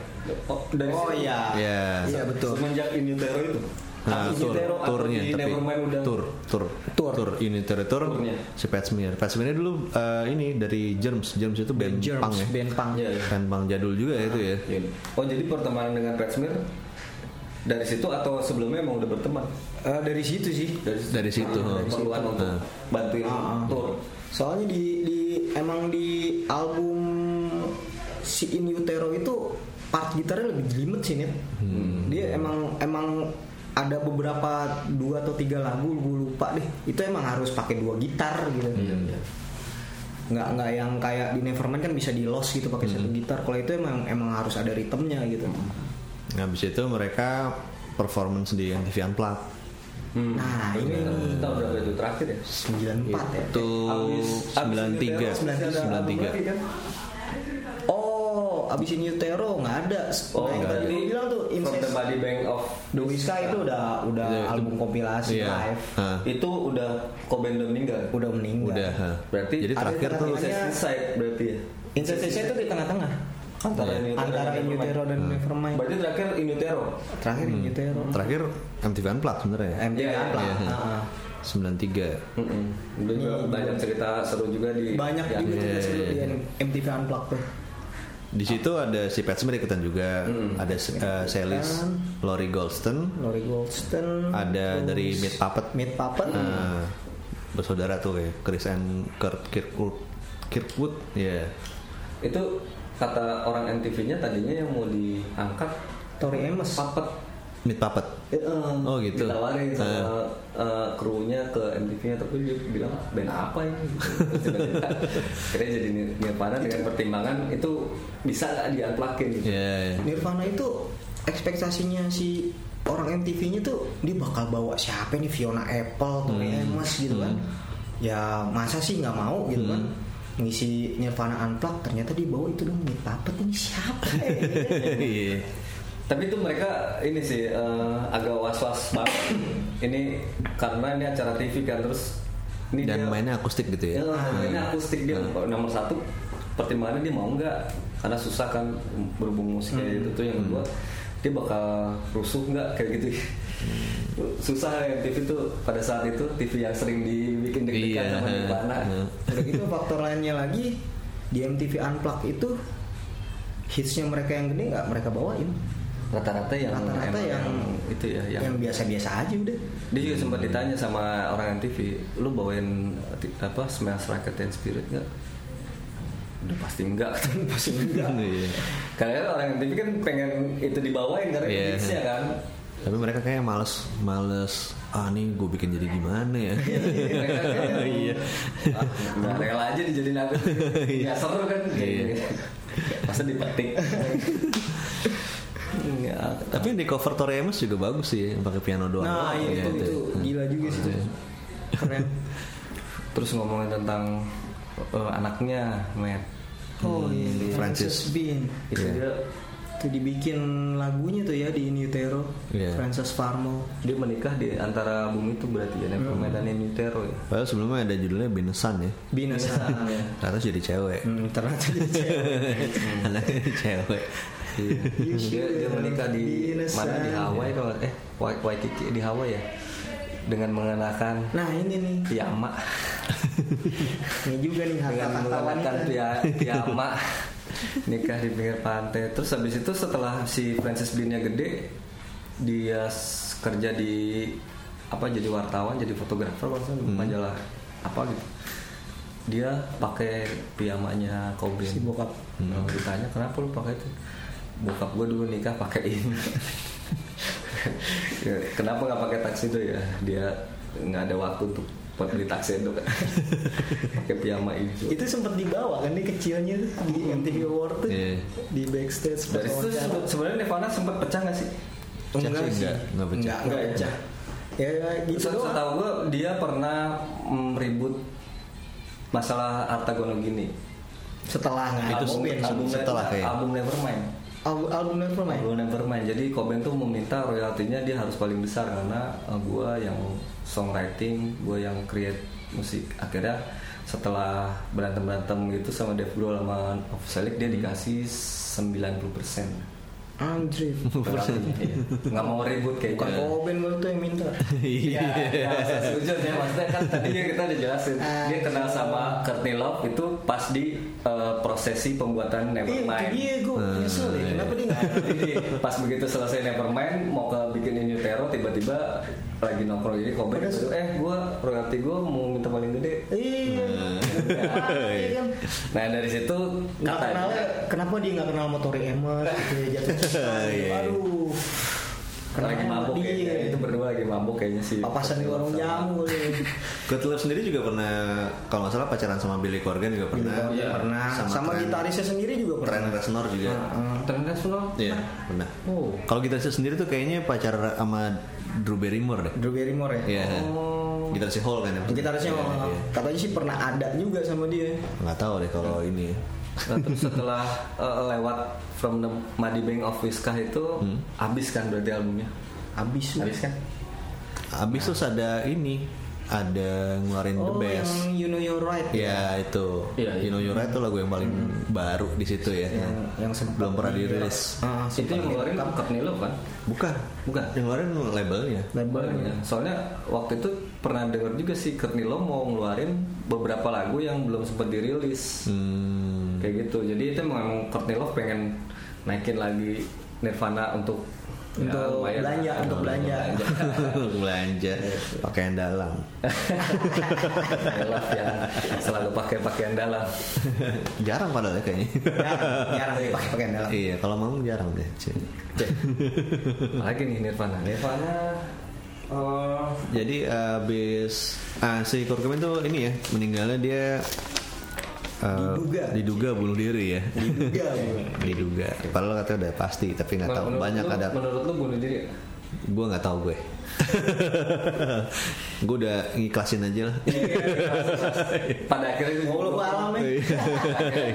[SPEAKER 3] oh, dari
[SPEAKER 4] Oh
[SPEAKER 3] situ.
[SPEAKER 4] iya.
[SPEAKER 2] Iya.
[SPEAKER 4] Iya betul.
[SPEAKER 3] semenjak ini teror itu
[SPEAKER 2] Nah,
[SPEAKER 3] Tapi
[SPEAKER 2] tour,
[SPEAKER 3] Unitero atau
[SPEAKER 2] tournya
[SPEAKER 3] di
[SPEAKER 2] tapi
[SPEAKER 3] Nevermind udah
[SPEAKER 2] tour, tour,
[SPEAKER 4] Tour.
[SPEAKER 2] ini tour, tour,
[SPEAKER 3] Tournya.
[SPEAKER 2] si Pat Smear. Pat Smear dulu eh, ini dari Germs, Germs itu band
[SPEAKER 4] Germs,
[SPEAKER 2] punk ya,
[SPEAKER 4] band punk. Ah,
[SPEAKER 3] Iya, iya.
[SPEAKER 2] band punk jadul juga ya itu ya.
[SPEAKER 3] Iya. oh jadi pertemanan dengan Pat Smear dari situ atau sebelumnya emang udah berteman
[SPEAKER 4] Eh, dari situ sih.
[SPEAKER 3] dari situ,
[SPEAKER 2] Dari situ,
[SPEAKER 3] Nah,
[SPEAKER 2] oh.
[SPEAKER 3] keperluan untuk
[SPEAKER 2] Nah.
[SPEAKER 3] bantuin
[SPEAKER 4] Ah, ah.
[SPEAKER 3] tour
[SPEAKER 4] Soalnya di di emang di album si In Utero itu part gitarnya lebih jelimet sih Nit.
[SPEAKER 3] Hmm.
[SPEAKER 4] Dia emang emang ada beberapa dua atau tiga lagu gue lupa deh. Itu emang harus pakai dua gitar gitu.
[SPEAKER 3] Hmm.
[SPEAKER 4] Nggak nggak yang kayak di Nevermind kan bisa di loss gitu pakai
[SPEAKER 3] Hmm.
[SPEAKER 4] satu gitar. Kalau itu emang emang harus ada ritmenya gitu.
[SPEAKER 2] Nah, habis itu mereka performance di MTV Unplugged.
[SPEAKER 3] Hmm.
[SPEAKER 4] Nah, ini nih
[SPEAKER 3] tahun berapa itu terakhir ya
[SPEAKER 4] 94 ya.
[SPEAKER 3] Gitu.
[SPEAKER 2] Itu
[SPEAKER 3] Abis- abis Unitero,
[SPEAKER 2] 93,
[SPEAKER 3] masih ada album lagi
[SPEAKER 2] 93.
[SPEAKER 3] kan?
[SPEAKER 4] Oh, abis ini Utero nggak ada. Nah,
[SPEAKER 3] Oh,
[SPEAKER 4] yang
[SPEAKER 3] nggak
[SPEAKER 4] tadi
[SPEAKER 3] ada.
[SPEAKER 4] lu bilang tuh
[SPEAKER 3] From the
[SPEAKER 4] Incest
[SPEAKER 3] Body Bank of
[SPEAKER 4] The Wisa itu udah udah
[SPEAKER 2] Iya, itu-
[SPEAKER 4] album kompilasi
[SPEAKER 2] Iya.
[SPEAKER 4] live.
[SPEAKER 2] Hah,
[SPEAKER 3] itu udah Cobain udah meninggal
[SPEAKER 4] Udah meninggal.
[SPEAKER 2] udah. hah.
[SPEAKER 3] berarti
[SPEAKER 2] Jadi
[SPEAKER 3] ada
[SPEAKER 2] terakhir
[SPEAKER 4] yang
[SPEAKER 2] tuh
[SPEAKER 4] namanya-
[SPEAKER 3] Insecticide berarti ya
[SPEAKER 4] Incest Incest itu di tengah-tengah
[SPEAKER 3] antara ini
[SPEAKER 4] antara In Utero dan Nevermind.
[SPEAKER 3] berarti terakhir in utero
[SPEAKER 4] Terakhir In Utero.
[SPEAKER 2] Hmm. terakhir MTV Unplugged sebenarnya. ya.
[SPEAKER 4] MTV
[SPEAKER 3] Iya,
[SPEAKER 4] lah.
[SPEAKER 2] iya. ya?
[SPEAKER 4] Heeh.
[SPEAKER 2] 93.
[SPEAKER 3] Mm-mm. Udah juga banyak cerita seru juga
[SPEAKER 2] iya.
[SPEAKER 3] di
[SPEAKER 4] Banyak
[SPEAKER 3] ya.
[SPEAKER 4] juga tuh seru di MTV Unplugged tuh.
[SPEAKER 2] Di situ ada si Pat Smear ikutan juga, ada eh, Celis, Lori Goldston,
[SPEAKER 4] Lori Goldstein.
[SPEAKER 2] ada
[SPEAKER 4] terus
[SPEAKER 2] dari Meat Puppet.
[SPEAKER 4] Meat Puppet.
[SPEAKER 2] Nah, bersaudara tuh ya, Chris and Kurt Kirkwood. Kirkwood, ya.
[SPEAKER 3] itu kata orang MTV-nya tadinya yang mau diangkat
[SPEAKER 4] Tori Amos.
[SPEAKER 3] papet
[SPEAKER 2] Meat Puppet.
[SPEAKER 3] Eh, eh,
[SPEAKER 2] Oh, gitu.
[SPEAKER 3] ditawarin sama
[SPEAKER 2] Eh.
[SPEAKER 3] eh, krunya ke MTV-nya tapi dia bilang "Ah, band apa ini Terus tiba-tiba, akhirnya jadi Nir- Nirvana dengan pertimbangan itu bisa nggak dianplakin gitu
[SPEAKER 2] Ya, ya.
[SPEAKER 4] Nirvana itu ekspektasinya si orang MTV-nya tuh dia bakal bawa siapa nih Fiona Apple,
[SPEAKER 3] Hmm.
[SPEAKER 4] Tori Amos gitu kan. Ya masa sih nggak mau gitu kan
[SPEAKER 3] Hmm.
[SPEAKER 4] ngisi Nirvana Unplugged ternyata dia bawa itu dong Meat Puppet ini siapa ya?
[SPEAKER 2] Iya.
[SPEAKER 3] Tapi itu mereka ini sih eh, agak was-was banget. ini karena ini acara TV kan terus ini
[SPEAKER 2] Dan
[SPEAKER 3] dia,
[SPEAKER 2] mainnya akustik gitu ya. Hmm.
[SPEAKER 3] Ya, mainnya akustik dia nomor satu
[SPEAKER 2] Hmm.
[SPEAKER 3] pertimbangannya dia mau nggak karena susah kan berhubung musik kayak gitu tuh yang kedua dia bakal rusuh nggak kayak gitu
[SPEAKER 2] Hmm.
[SPEAKER 3] susah ya TV itu pada saat itu TV yang sering dibikin deg-degan
[SPEAKER 2] Iya.
[SPEAKER 3] sama Nirvana
[SPEAKER 2] Heeh.
[SPEAKER 4] Udah gitu faktor lainnya lagi di MTV Unplugged itu hitsnya mereka yang gede nggak mereka bawain
[SPEAKER 3] rata-rata yang
[SPEAKER 4] Rata-rata
[SPEAKER 3] emang
[SPEAKER 4] yang-
[SPEAKER 3] itu ya yang,
[SPEAKER 4] yang biasa-biasa aja udah
[SPEAKER 3] dia juga sempat ditanya sama orang MTV lu bawain ti- apa Smells Like Teen Spirit nggak udah pasti enggak pasti enggak
[SPEAKER 2] Iya.
[SPEAKER 3] karena orang MTV kan pengen itu dibawain karena
[SPEAKER 2] Iya.
[SPEAKER 3] yeah. hitsnya kan
[SPEAKER 2] Tapi mereka kayak males, males. Ah nih gue bikin jadi gimana ya?
[SPEAKER 3] iya, Mereka kayak,
[SPEAKER 2] Iya.
[SPEAKER 3] "Ah, nggak rela aja dijadiin apa ya seru kan
[SPEAKER 2] Iya.
[SPEAKER 3] masa dipetik Iya. Nggak.
[SPEAKER 2] Tapi yang di cover Tori Amos juga bagus sih, yang pakai piano doang.
[SPEAKER 4] nah
[SPEAKER 2] Iya,
[SPEAKER 3] ya,
[SPEAKER 4] itu, itu gila juga
[SPEAKER 3] Hmm.
[SPEAKER 4] sih itu keren
[SPEAKER 3] terus ngomongin tentang eh, anaknya Matt
[SPEAKER 4] oh iya
[SPEAKER 2] Francis.
[SPEAKER 4] Bean
[SPEAKER 3] itu
[SPEAKER 2] Iya.
[SPEAKER 3] dia
[SPEAKER 4] itu dibikin lagunya tuh ya di Inutero
[SPEAKER 2] Iya.
[SPEAKER 4] Frances Farmo
[SPEAKER 3] dia menikah di antara bumi itu berarti ya hmm. permainan ini Utero ya
[SPEAKER 2] Padahal sebelumnya ada judulnya Binesan ya.
[SPEAKER 4] Binasa
[SPEAKER 2] Terus jadi cewek.
[SPEAKER 4] hmm, ternyata dia cewek. Hmm.
[SPEAKER 2] Anaknya jadi cewek.
[SPEAKER 3] Iya. dia, dia menikah di
[SPEAKER 4] Innocent.
[SPEAKER 3] mana di Hawaii kalau eh Wai- Waikiki di Hawaii ya dengan mengenakan
[SPEAKER 4] nah ini nih
[SPEAKER 3] piyama
[SPEAKER 4] ini juga nih ya.
[SPEAKER 3] dengan
[SPEAKER 4] harta-harta
[SPEAKER 3] mengenakan
[SPEAKER 4] wanita
[SPEAKER 3] pia- piyama ya, nikah di pinggir pantai terus habis itu setelah si Francis Bean-nya gede dia s- kerja di apa jadi wartawan jadi fotografer kalau nggak
[SPEAKER 4] Hmm.
[SPEAKER 3] salah, majalah apa gitu dia pakai piyamanya Cobain
[SPEAKER 4] si bokap Hmm.
[SPEAKER 3] Nah, ditanya kenapa lu pakai itu? Bokap gue dulu nikah pakai ini. Ya, kenapa nggak pakai taksi itu ya? Dia nggak ada waktu untuk buat beli taksi itu kan. pakai piyama itu.
[SPEAKER 4] itu sempat dibawa kan dia kecilnya tuh di MTV Award tuh
[SPEAKER 2] Iya.
[SPEAKER 4] di backstage pas
[SPEAKER 3] Dari situ
[SPEAKER 4] wawancara.
[SPEAKER 3] sebe- sebenarnya Nirvana sempat pecah nggak sih?
[SPEAKER 4] enggak
[SPEAKER 2] Cacing
[SPEAKER 4] sih
[SPEAKER 2] nggak? Nggak pecah.
[SPEAKER 4] enggak enggak
[SPEAKER 3] Nggak
[SPEAKER 4] pecah ya gitu
[SPEAKER 3] Gitu
[SPEAKER 4] doang
[SPEAKER 3] Setahu gue dia pernah mm, ribut masalah harta gono gini.
[SPEAKER 4] setelah nggak
[SPEAKER 2] Itu
[SPEAKER 4] album
[SPEAKER 2] se-
[SPEAKER 4] band.
[SPEAKER 2] album setelah iya.
[SPEAKER 3] album,
[SPEAKER 2] kayak.
[SPEAKER 3] album Nevermind.
[SPEAKER 4] Al- album Nevermind
[SPEAKER 3] Album Nevermind. Jadi Cobain tuh meminta royaltinya dia harus paling besar karena eh, gua yang songwriting, gua yang create musik. Akhirnya setelah berantem berantem gitu sama Dave Grohl sama Of Selig
[SPEAKER 2] Hmm.
[SPEAKER 3] dia dikasih 90 persen. Iya.
[SPEAKER 4] Andre
[SPEAKER 3] Nggak mau ribut gitu.
[SPEAKER 4] bukan
[SPEAKER 3] kayaknya.
[SPEAKER 4] Coben waktu itu yang minta
[SPEAKER 3] Iya, ya, sejujurnya maksudnya kan tadi ya kita udah jelasin
[SPEAKER 4] Ah.
[SPEAKER 3] dia kenal sama Courtney Love itu pas di eh, prosesi
[SPEAKER 4] iya
[SPEAKER 3] pembuatan
[SPEAKER 4] itu
[SPEAKER 3] Nevermind.
[SPEAKER 4] dia gue
[SPEAKER 2] Hmm.
[SPEAKER 4] nyesel deh kenapa dia nggak
[SPEAKER 3] Jadi, pas begitu selesai Nevermind mau ke bikin In Utero tiba-tiba lagi nongkrong jadi komen
[SPEAKER 4] Padahal-
[SPEAKER 3] gitu, eh gue royalti gue mau minta paling gede
[SPEAKER 4] iya Iya kan?
[SPEAKER 3] nah dari situ
[SPEAKER 4] Nggak kenal ya?
[SPEAKER 3] katanya
[SPEAKER 4] kenapa dia nggak kenal motor Emos gitu ya jatuh cinta gitu.
[SPEAKER 2] Iya. ya,
[SPEAKER 4] aduh
[SPEAKER 3] lagi
[SPEAKER 4] kenal
[SPEAKER 3] mabuk
[SPEAKER 4] dia.
[SPEAKER 3] kayaknya itu berdua lagi mabuk kayaknya sih
[SPEAKER 4] papasan di warung jamu deh.
[SPEAKER 2] God Love sendiri juga pernah kalau nggak salah pacaran sama Billy Corgan juga pernah.
[SPEAKER 4] Iya, pernah sama,
[SPEAKER 2] Trent-
[SPEAKER 4] gitarisnya sendiri juga pernah Ah.
[SPEAKER 2] Trent Reznor juga.
[SPEAKER 3] ternyata Suno
[SPEAKER 2] Iya, pernah.
[SPEAKER 4] Oh.
[SPEAKER 2] Kalau gitarisnya sendiri tuh kayaknya pacar sama Drew Barrymore deh.
[SPEAKER 4] Drew Barrymore ya
[SPEAKER 2] Iya.
[SPEAKER 4] Oh.
[SPEAKER 2] Gitarisnya Hall kan ya. maksudnya.
[SPEAKER 4] gitarisnya
[SPEAKER 2] Iya,
[SPEAKER 4] oh,
[SPEAKER 2] iya.
[SPEAKER 4] katanya sih pernah ada juga sama dia
[SPEAKER 2] Nggak tahu deh kalau ini.
[SPEAKER 3] Nah, terus setelah eh, lewat From the Muddy Bank of Whiskah itu habis kan berarti albumnya
[SPEAKER 4] habis tuh.
[SPEAKER 3] habis kan
[SPEAKER 2] Abis terus ada ini, ada ngeluarin The
[SPEAKER 4] oh yang
[SPEAKER 2] Best.
[SPEAKER 4] You Know You're Right
[SPEAKER 2] Ya itu,
[SPEAKER 3] Iya,
[SPEAKER 2] You Know You're Right tuh lagu yang paling baru di situ ya.
[SPEAKER 4] Hmm. yang yang sempat
[SPEAKER 2] Belum pernah dirilis.
[SPEAKER 4] Ah,
[SPEAKER 3] itu yang ngeluarin Courtney Love kan
[SPEAKER 2] Bukan,
[SPEAKER 3] Bukan.
[SPEAKER 2] Yang ngeluarin labelnya.
[SPEAKER 3] Banyak. ya. Soalnya waktu itu pernah dengar juga sih Kernilo mau ngeluarin beberapa lagu yang belum sempat dirilis.
[SPEAKER 2] Hmm,
[SPEAKER 3] Kayak gitu. Jadi itu memang Kernilo pengen naikin lagi Nirvana untuk ya,
[SPEAKER 4] Untuk belanja, untuk belanja.
[SPEAKER 2] belanja pakaian dalam.
[SPEAKER 3] I love yang selalu pakai pakaian dalam.
[SPEAKER 2] Jarang padahal ya kayaknya.
[SPEAKER 4] jarang jarang dipakai pakaian dalam
[SPEAKER 2] iya, kalau mau jarang deh. cuy.
[SPEAKER 3] Lagi nih Nirvana. Nirvana eh,
[SPEAKER 2] Jadi abis ah, si Kurt Cobain tuh ini ya meninggalnya dia eh,
[SPEAKER 4] Diduga.
[SPEAKER 2] diduga bunuh diri ya.
[SPEAKER 4] Diduga, Bu.
[SPEAKER 2] diduga. Padahal katanya udah pasti, tapi nggak tahu
[SPEAKER 3] menurut
[SPEAKER 2] banyak
[SPEAKER 3] lu-
[SPEAKER 2] ada.
[SPEAKER 3] Menurut lu bunuh diri? ya? nggak?
[SPEAKER 2] Gue nggak tahu gue. gue udah ngiklasin aja lah.
[SPEAKER 3] Pada akhirnya gue
[SPEAKER 4] mau lupa alam ya
[SPEAKER 2] iya.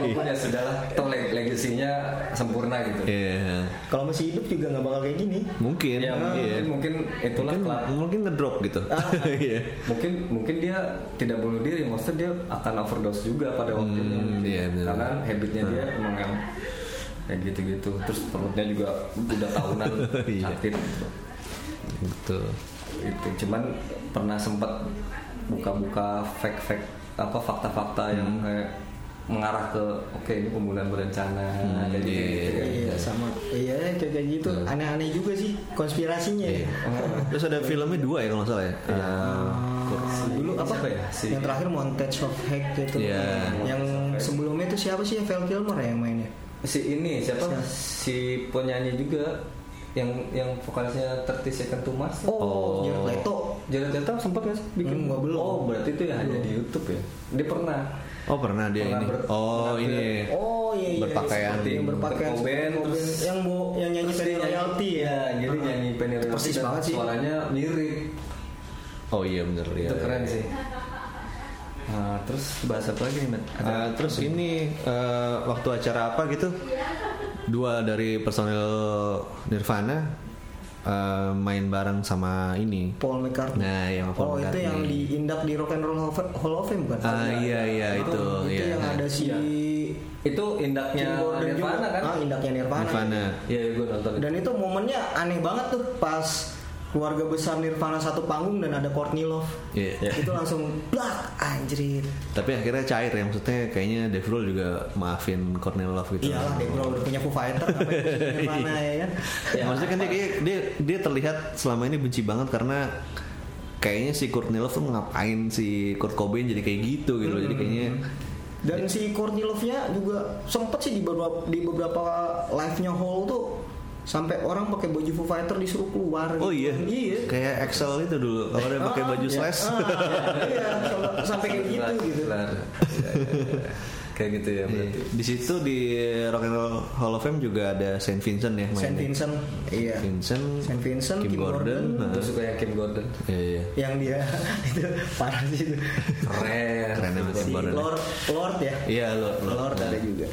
[SPEAKER 3] Ya sudahlah, toh leg- legasinya sempurna gitu.
[SPEAKER 2] Iya,
[SPEAKER 4] kalau masih hidup juga nggak bakal kayak gini
[SPEAKER 2] mungkin.
[SPEAKER 3] Ya mungkin,
[SPEAKER 2] iya.
[SPEAKER 3] mungkin itulah
[SPEAKER 2] mungkin,
[SPEAKER 3] kelak-
[SPEAKER 2] mungkin ngedrop gitu. Iya.
[SPEAKER 3] mungkin mungkin dia tidak bunuh diri, maksudnya dia akan overdose juga pada waktunya.
[SPEAKER 2] Hmm, iya, benar.
[SPEAKER 3] Karena habitnya dia emang yang kayak gitu-gitu terus perutnya juga udah tahunan
[SPEAKER 2] Iya.
[SPEAKER 3] sakit gitu.
[SPEAKER 2] Betul.
[SPEAKER 3] itu cuman pernah sempat buka-buka fake-fake apa fakta-fakta yang
[SPEAKER 2] Hmm.
[SPEAKER 3] kayak mengarah ke oke ini pembunuhan berencana kayak gitu,
[SPEAKER 2] iya,
[SPEAKER 3] gitu, kayak
[SPEAKER 4] Iya
[SPEAKER 3] gitu.
[SPEAKER 4] sama. Iya kayak kayak gitu. Aneh-aneh juga sih konspirasinya.
[SPEAKER 2] Iya.
[SPEAKER 4] ya.
[SPEAKER 3] Nah,
[SPEAKER 2] Terus ada filmnya dua ya kalau nggak salah ya.
[SPEAKER 4] Ah, dulu apa
[SPEAKER 3] Siapa ya? Si-
[SPEAKER 4] Yang terakhir Montage of Heck gitu.
[SPEAKER 2] Iya.
[SPEAKER 4] Yang sebelumnya itu siapa sih Val Kilmer ya yang mainnya?
[SPEAKER 3] si ini siapa
[SPEAKER 4] Siapa?
[SPEAKER 3] si penyanyi juga yang yang vokalisnya 30 Second to Mars
[SPEAKER 4] Oh, Jared Leto.
[SPEAKER 3] Jalan Delta sempat nggak sih bikin
[SPEAKER 4] Hmm, nggak belum.
[SPEAKER 3] Oh berarti itu ya hanya di YouTube ya? Dia pernah
[SPEAKER 2] Oh pernah dia
[SPEAKER 3] Pernah
[SPEAKER 2] ini.
[SPEAKER 3] ber-
[SPEAKER 2] Oh
[SPEAKER 3] pernah
[SPEAKER 2] ini.
[SPEAKER 4] Oh iya iya.
[SPEAKER 2] Berpakaian.
[SPEAKER 4] seperti yang berpakaian
[SPEAKER 3] Berkoben,
[SPEAKER 4] seperti
[SPEAKER 3] terus-
[SPEAKER 4] Cobain. yang bu yang nyanyi
[SPEAKER 3] Terus dia Iya,
[SPEAKER 4] Penny Royalty ya.
[SPEAKER 3] Jadi
[SPEAKER 4] Ah.
[SPEAKER 3] nyanyi Penny Royalty
[SPEAKER 4] Persis
[SPEAKER 3] dan
[SPEAKER 4] banget sih.
[SPEAKER 3] Suaranya mirip.
[SPEAKER 2] Oh iya bener ya.
[SPEAKER 3] itu keren sih.
[SPEAKER 4] iya.
[SPEAKER 3] Nah, terus bahas apa lagi nih, Matt? Ada-
[SPEAKER 2] Eh, terus ini eh, waktu acara apa gitu? Dua dari personil Nirvana eh, main bareng sama ini.
[SPEAKER 4] Paul McCartney.
[SPEAKER 2] Nah, yang Paul
[SPEAKER 4] oh itu
[SPEAKER 2] McCartney.
[SPEAKER 4] yang diindak di Rock and Roll Hall of- Hall of Fame bukan?
[SPEAKER 2] Ah iya iya
[SPEAKER 4] Ah,
[SPEAKER 2] itu.
[SPEAKER 4] itu
[SPEAKER 2] iya.
[SPEAKER 4] yang ada si
[SPEAKER 3] Iya. itu indaknya
[SPEAKER 4] Jim Gordon
[SPEAKER 3] Nirvana
[SPEAKER 4] juga.
[SPEAKER 3] kan?
[SPEAKER 4] Ah, indaknya Nirvana.
[SPEAKER 2] Nirvana.
[SPEAKER 3] Iya, gue nonton. itu.
[SPEAKER 4] Dan itu momennya aneh banget tuh pas keluarga besar Nirvana satu panggung dan ada Courtney Love.
[SPEAKER 2] Iya.
[SPEAKER 4] Itu langsung blak anjrit.
[SPEAKER 2] Tapi akhirnya cair ya maksudnya kayaknya Dave Grohl juga maafin Cornel Love gitu.
[SPEAKER 4] Iyalah deh bro udah punya Foo Fighter ngapain ngurusin Nirvana ya kan.
[SPEAKER 2] Ya, maksudnya kan dia, kayak- dia dia terlihat selama ini benci banget karena kayaknya si Kurt Love tuh ngapain si Kurt Cobain jadi kayak gitu gitu loh.
[SPEAKER 4] Hmm.
[SPEAKER 2] jadi kayaknya
[SPEAKER 4] Dan si Courtney Love-nya juga sempet sih di beberapa di beberapa live-nya Hall tuh sampai orang pakai baju Foo Fighter disuruh keluar.
[SPEAKER 2] oh iya
[SPEAKER 4] gitu. Iya.
[SPEAKER 2] kayak Excel itu dulu kalau dia pakai
[SPEAKER 4] Ah,
[SPEAKER 2] baju
[SPEAKER 4] iya.
[SPEAKER 2] slash
[SPEAKER 4] Ah, iya, sampai- sampai kayak gitu
[SPEAKER 3] Kelar,
[SPEAKER 4] gitu.
[SPEAKER 3] kelar. Iya, iya, iya. Kayak gitu ya berarti.
[SPEAKER 2] Iya. di situ di Rock and Roll Hall of Fame juga ada Saint Vincent ya
[SPEAKER 4] Saint
[SPEAKER 2] mainnya.
[SPEAKER 4] Vincent, iya.
[SPEAKER 2] Vincent,
[SPEAKER 4] Saint Vincent,
[SPEAKER 2] Kim,
[SPEAKER 4] Kim
[SPEAKER 2] Gordon,
[SPEAKER 4] Gordon,
[SPEAKER 2] nah,
[SPEAKER 3] Gue suka yang Kim Gordon.
[SPEAKER 2] iya, iya.
[SPEAKER 4] Yang dia itu parah sih itu.
[SPEAKER 3] Keren.
[SPEAKER 2] Keren emang Kim
[SPEAKER 4] Si
[SPEAKER 2] Gordon.
[SPEAKER 4] Lord, Lord ya.
[SPEAKER 2] Iya lo,
[SPEAKER 4] Lord ada juga.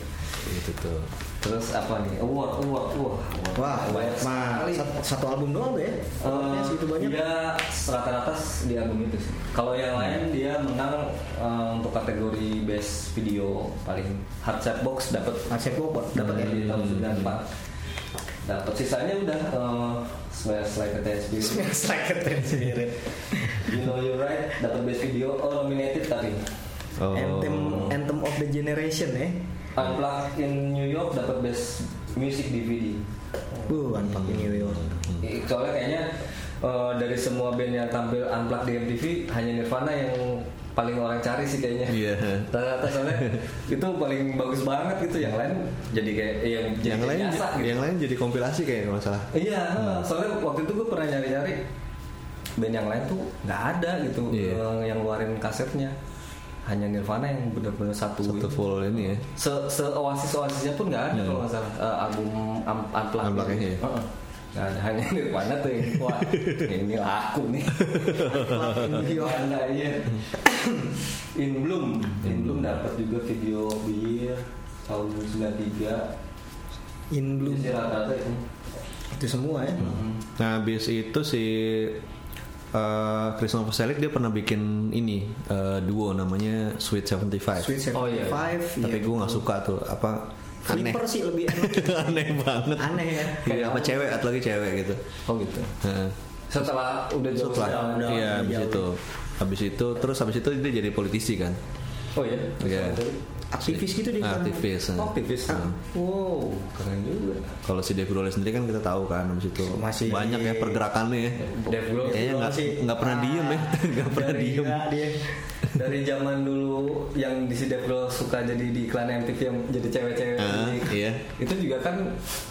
[SPEAKER 2] Itu tuh.
[SPEAKER 3] Terus apa nih? Award, award, award.
[SPEAKER 4] Wah,
[SPEAKER 3] banyak
[SPEAKER 4] mah,
[SPEAKER 3] sekali.
[SPEAKER 4] sat- satu album doang tuh ya.
[SPEAKER 3] Eh, iya.
[SPEAKER 4] Awardnya segitu banyak.
[SPEAKER 3] Dia rata-rata di album itu sih. Kalau yang lain
[SPEAKER 4] Hmm.
[SPEAKER 3] dia menang eh, untuk kategori best video paling hard set box dapat
[SPEAKER 4] Arsep Bobot dapat ya.
[SPEAKER 3] di tahun 94. Dapat sisanya udah eh, Smash Like a Teen Spirit.
[SPEAKER 4] Sakit sendiri.
[SPEAKER 3] You know you right dapat best video oh nominated tapi
[SPEAKER 2] Oh.
[SPEAKER 4] Hmm. Anthem Anthem of the Generation ya.
[SPEAKER 3] Unplugged in New York dapat best music DVD.
[SPEAKER 4] Uh, Unplugged in New York.
[SPEAKER 3] Eh, Soalnya kayaknya eh, dari semua band yang tampil unplugged di MTV hanya Nirvana yang paling orang cari sih kayaknya.
[SPEAKER 2] Iya.
[SPEAKER 3] Rata-rata soalnya itu paling bagus banget gitu. Yang lain jadi kayak eh, yang, jadi
[SPEAKER 2] yang
[SPEAKER 3] kayak
[SPEAKER 2] lain iya. Hmm.
[SPEAKER 3] biasa gitu.
[SPEAKER 2] yang lain jadi kompilasi kayak kalau nggak salah.
[SPEAKER 3] Iya, soalnya waktu itu gue pernah nyari-nyari band yang lain tuh nggak ada gitu
[SPEAKER 2] Iya.
[SPEAKER 3] yang, yang ngeluarin kasetnya. Hanya Nirvana yang bener-bener satu, gitu.
[SPEAKER 2] Satu full ini ya.
[SPEAKER 3] se se oasis oasisnya pun nggak ada kalau nggak salah Eh, album um, unplugged
[SPEAKER 2] Unplugged-nya, Hmm. iya.
[SPEAKER 3] Heeh. Nggak ada. hanya Nirvana tuh yang wah ini laku nih Nirvana iya In Bloom In Bloom dapat juga video bir tahun 93
[SPEAKER 4] In Blue.
[SPEAKER 3] Jadi rata-rata itu
[SPEAKER 4] Itu semua ya.
[SPEAKER 2] Nah, habis itu si eh Christopher Selik dia pernah bikin ini eh, duo namanya Sweet 75.
[SPEAKER 4] Sweet
[SPEAKER 3] Oh, iya.
[SPEAKER 4] 75.
[SPEAKER 2] Tapi
[SPEAKER 4] iya.
[SPEAKER 2] gue nggak suka tuh apa aneh.
[SPEAKER 4] Flipper sih lebih enak.
[SPEAKER 2] aneh banget.
[SPEAKER 4] aneh ya.
[SPEAKER 2] Iya, apa cewek atau lagi cewek gitu.
[SPEAKER 3] oh gitu
[SPEAKER 2] Heeh.
[SPEAKER 3] setelah udah jauh
[SPEAKER 2] Setelah
[SPEAKER 3] udah-
[SPEAKER 2] iya
[SPEAKER 4] udah
[SPEAKER 2] habis
[SPEAKER 4] jauh.
[SPEAKER 2] itu habis itu terus habis itu dia jadi politisi kan.
[SPEAKER 3] oh iya
[SPEAKER 2] Iya.
[SPEAKER 4] Aktivis gitu dia. kan.
[SPEAKER 2] Aktivis.
[SPEAKER 3] Oh,
[SPEAKER 2] nah.
[SPEAKER 3] aktivis wow keren juga
[SPEAKER 2] Kalau si Dave Grohl sendiri kan kita tahu kan habis itu
[SPEAKER 4] Masih-
[SPEAKER 2] banyak ya pergerakannya ya.
[SPEAKER 3] Dave Grohl
[SPEAKER 2] Kayaknya nggak
[SPEAKER 4] masih- Ah,
[SPEAKER 2] nggak pernah diem ya, nggak pernah
[SPEAKER 4] Dari-
[SPEAKER 2] diem.
[SPEAKER 4] Nah, dia.
[SPEAKER 3] dari zaman dulu yang di si Dave Grohl suka jadi di iklan MTV yang jadi cewek-cewek
[SPEAKER 2] Ah,
[SPEAKER 3] Jadi,
[SPEAKER 2] iya.
[SPEAKER 3] itu juga kan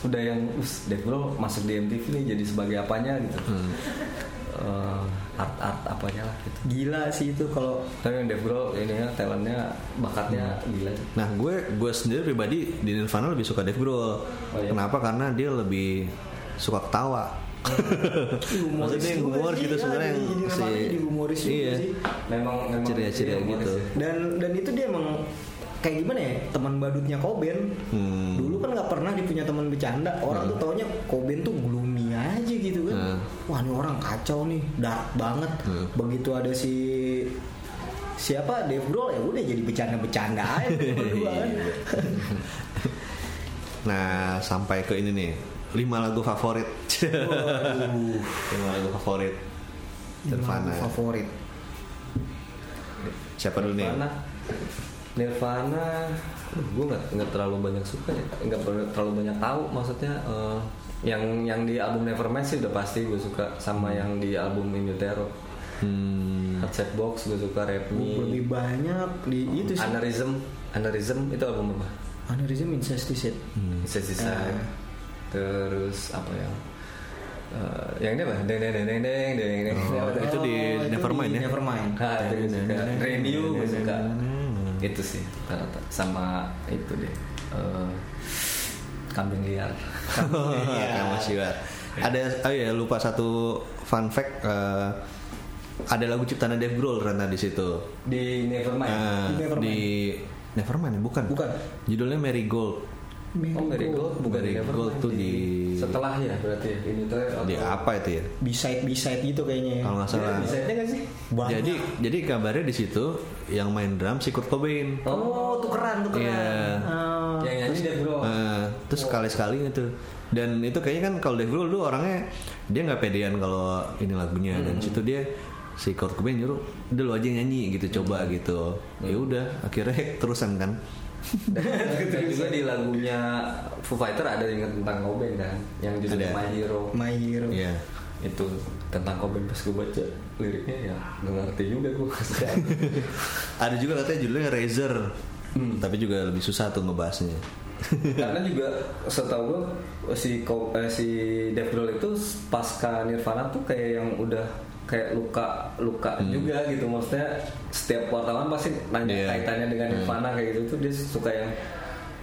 [SPEAKER 3] udah yang us Dave Grohl masuk di MTV nih jadi sebagai apanya gitu
[SPEAKER 2] Hmm.
[SPEAKER 3] Eh, art art apanya lah gitu
[SPEAKER 4] Gila sih itu kalau
[SPEAKER 3] tapi yang Dave Grohl ininya talentnya bakatnya gila
[SPEAKER 2] Nah gue gue sendiri pribadi di Nirvana lebih suka Dave Grohl.
[SPEAKER 3] iya.
[SPEAKER 2] Kenapa? Karena dia lebih suka ketawa. Maksudnya yang
[SPEAKER 4] juga
[SPEAKER 2] humor
[SPEAKER 4] sih,
[SPEAKER 2] gitu
[SPEAKER 4] ya,
[SPEAKER 2] sebenarnya
[SPEAKER 4] di-
[SPEAKER 2] yang
[SPEAKER 4] di Nirvana jadi humoris juga
[SPEAKER 2] iya.
[SPEAKER 4] sih.
[SPEAKER 3] memang memang
[SPEAKER 2] Ceria-ceria
[SPEAKER 3] iya, humoris
[SPEAKER 2] gitu.
[SPEAKER 3] ya.
[SPEAKER 4] dan dan itu dia emang kayak gimana ya teman badutnya Koben
[SPEAKER 2] Hmm.
[SPEAKER 4] dulu kan nggak pernah dipunya teman bercanda orang tuh taunya Koben tuh gloomy aja gitu kan
[SPEAKER 2] Hmm.
[SPEAKER 4] wah ini orang kacau nih dark banget
[SPEAKER 2] Hmm.
[SPEAKER 4] begitu ada si siapa
[SPEAKER 2] Iya,
[SPEAKER 4] Dave Grohl ya udah jadi bercanda-bercanda aja berdua kan
[SPEAKER 2] Nah, sampai ke ini nih. 5 lagu favorit. 5 lagu favorit. Nirvana.
[SPEAKER 4] favorit.
[SPEAKER 2] Iya. Siapa dulu nih?
[SPEAKER 3] Nirvana Nirvana gue nggak nggak terlalu banyak suka ya nggak ber- terlalu banyak tahu maksudnya eh, yang yang di album Nevermind sih udah pasti gue suka sama yang di album In Utero
[SPEAKER 2] Hmm.
[SPEAKER 3] Headset Box gue suka Rap Me
[SPEAKER 4] Lebih banyak di itu sih.
[SPEAKER 3] Aneurism Aneurism itu album apa?
[SPEAKER 4] Aneurism incesticide.
[SPEAKER 2] Hmm.
[SPEAKER 3] Sisa-sisa
[SPEAKER 2] Eh.
[SPEAKER 3] terus apa ya Eh, yang ini apa? Deng deng deng deng deng deng deng. Apa tuh?
[SPEAKER 2] Oh, Itu di Nevermind ya?
[SPEAKER 4] Oh, Nevermind.
[SPEAKER 3] Nah, itu gue
[SPEAKER 2] iya,
[SPEAKER 3] suka. Review gue suka. Itu sih rata-rata. sama itu deh. eh, kambing liar.
[SPEAKER 2] Kamu siwar. Ada oh ya lupa satu fun fact eh, ada lagu ciptaan Dave Grohl ternyata di situ.
[SPEAKER 3] Di Nevermind.
[SPEAKER 2] Nah,
[SPEAKER 4] Nevermind.
[SPEAKER 2] di Nevermind ya? bukan?
[SPEAKER 4] Bukan.
[SPEAKER 2] Judulnya Mary Gold.
[SPEAKER 3] oh, Marigold bukan di
[SPEAKER 2] Marigold
[SPEAKER 3] Nevermind.
[SPEAKER 2] tuh di-
[SPEAKER 3] setelah ya berarti ya. Ini tuh
[SPEAKER 2] Di apa itu ya?
[SPEAKER 4] Beside beside gitu kayaknya. ya.
[SPEAKER 2] Kalau nggak salah.
[SPEAKER 3] Bisa nggak sih?
[SPEAKER 4] Banyak.
[SPEAKER 2] Jadi jadi kabarnya di situ yang main drum si Kurt Cobain.
[SPEAKER 4] Oh, tukeran tukeran.
[SPEAKER 2] Iya.
[SPEAKER 4] Ah.
[SPEAKER 3] Yang nyanyi dia bro.
[SPEAKER 2] Eh, terus sekali-sekali gitu dan itu kayaknya kan kalau Dave Grohl dulu orangnya dia nggak pedean kalau ini lagunya dan situ dia si Kurt Cobain nyuruh udah lu aja yang nyanyi gitu coba gitu ya udah akhirnya terusan kan
[SPEAKER 3] Dan, dan juga di lagunya Foo Fighter ada ingat tentang Cobain kan, yang
[SPEAKER 2] Ada.
[SPEAKER 3] judulnya My Hero.
[SPEAKER 4] My hero.
[SPEAKER 3] Hmm.
[SPEAKER 2] Iya.
[SPEAKER 3] itu tentang Cobain pas gue baca liriknya ya nggak ngerti juga gue
[SPEAKER 2] ada juga katanya judulnya Razor tapi juga lebih susah tuh ngebahasnya
[SPEAKER 3] karena juga setahu gue si Co- eh, si Dave Grohl itu pasca Nirvana tuh kayak yang udah kayak luka luka juga gitu maksudnya setiap wartawan pasti nanya
[SPEAKER 2] Iya.
[SPEAKER 3] kaitannya dengan Nirvana kayak gitu tuh dia suka yang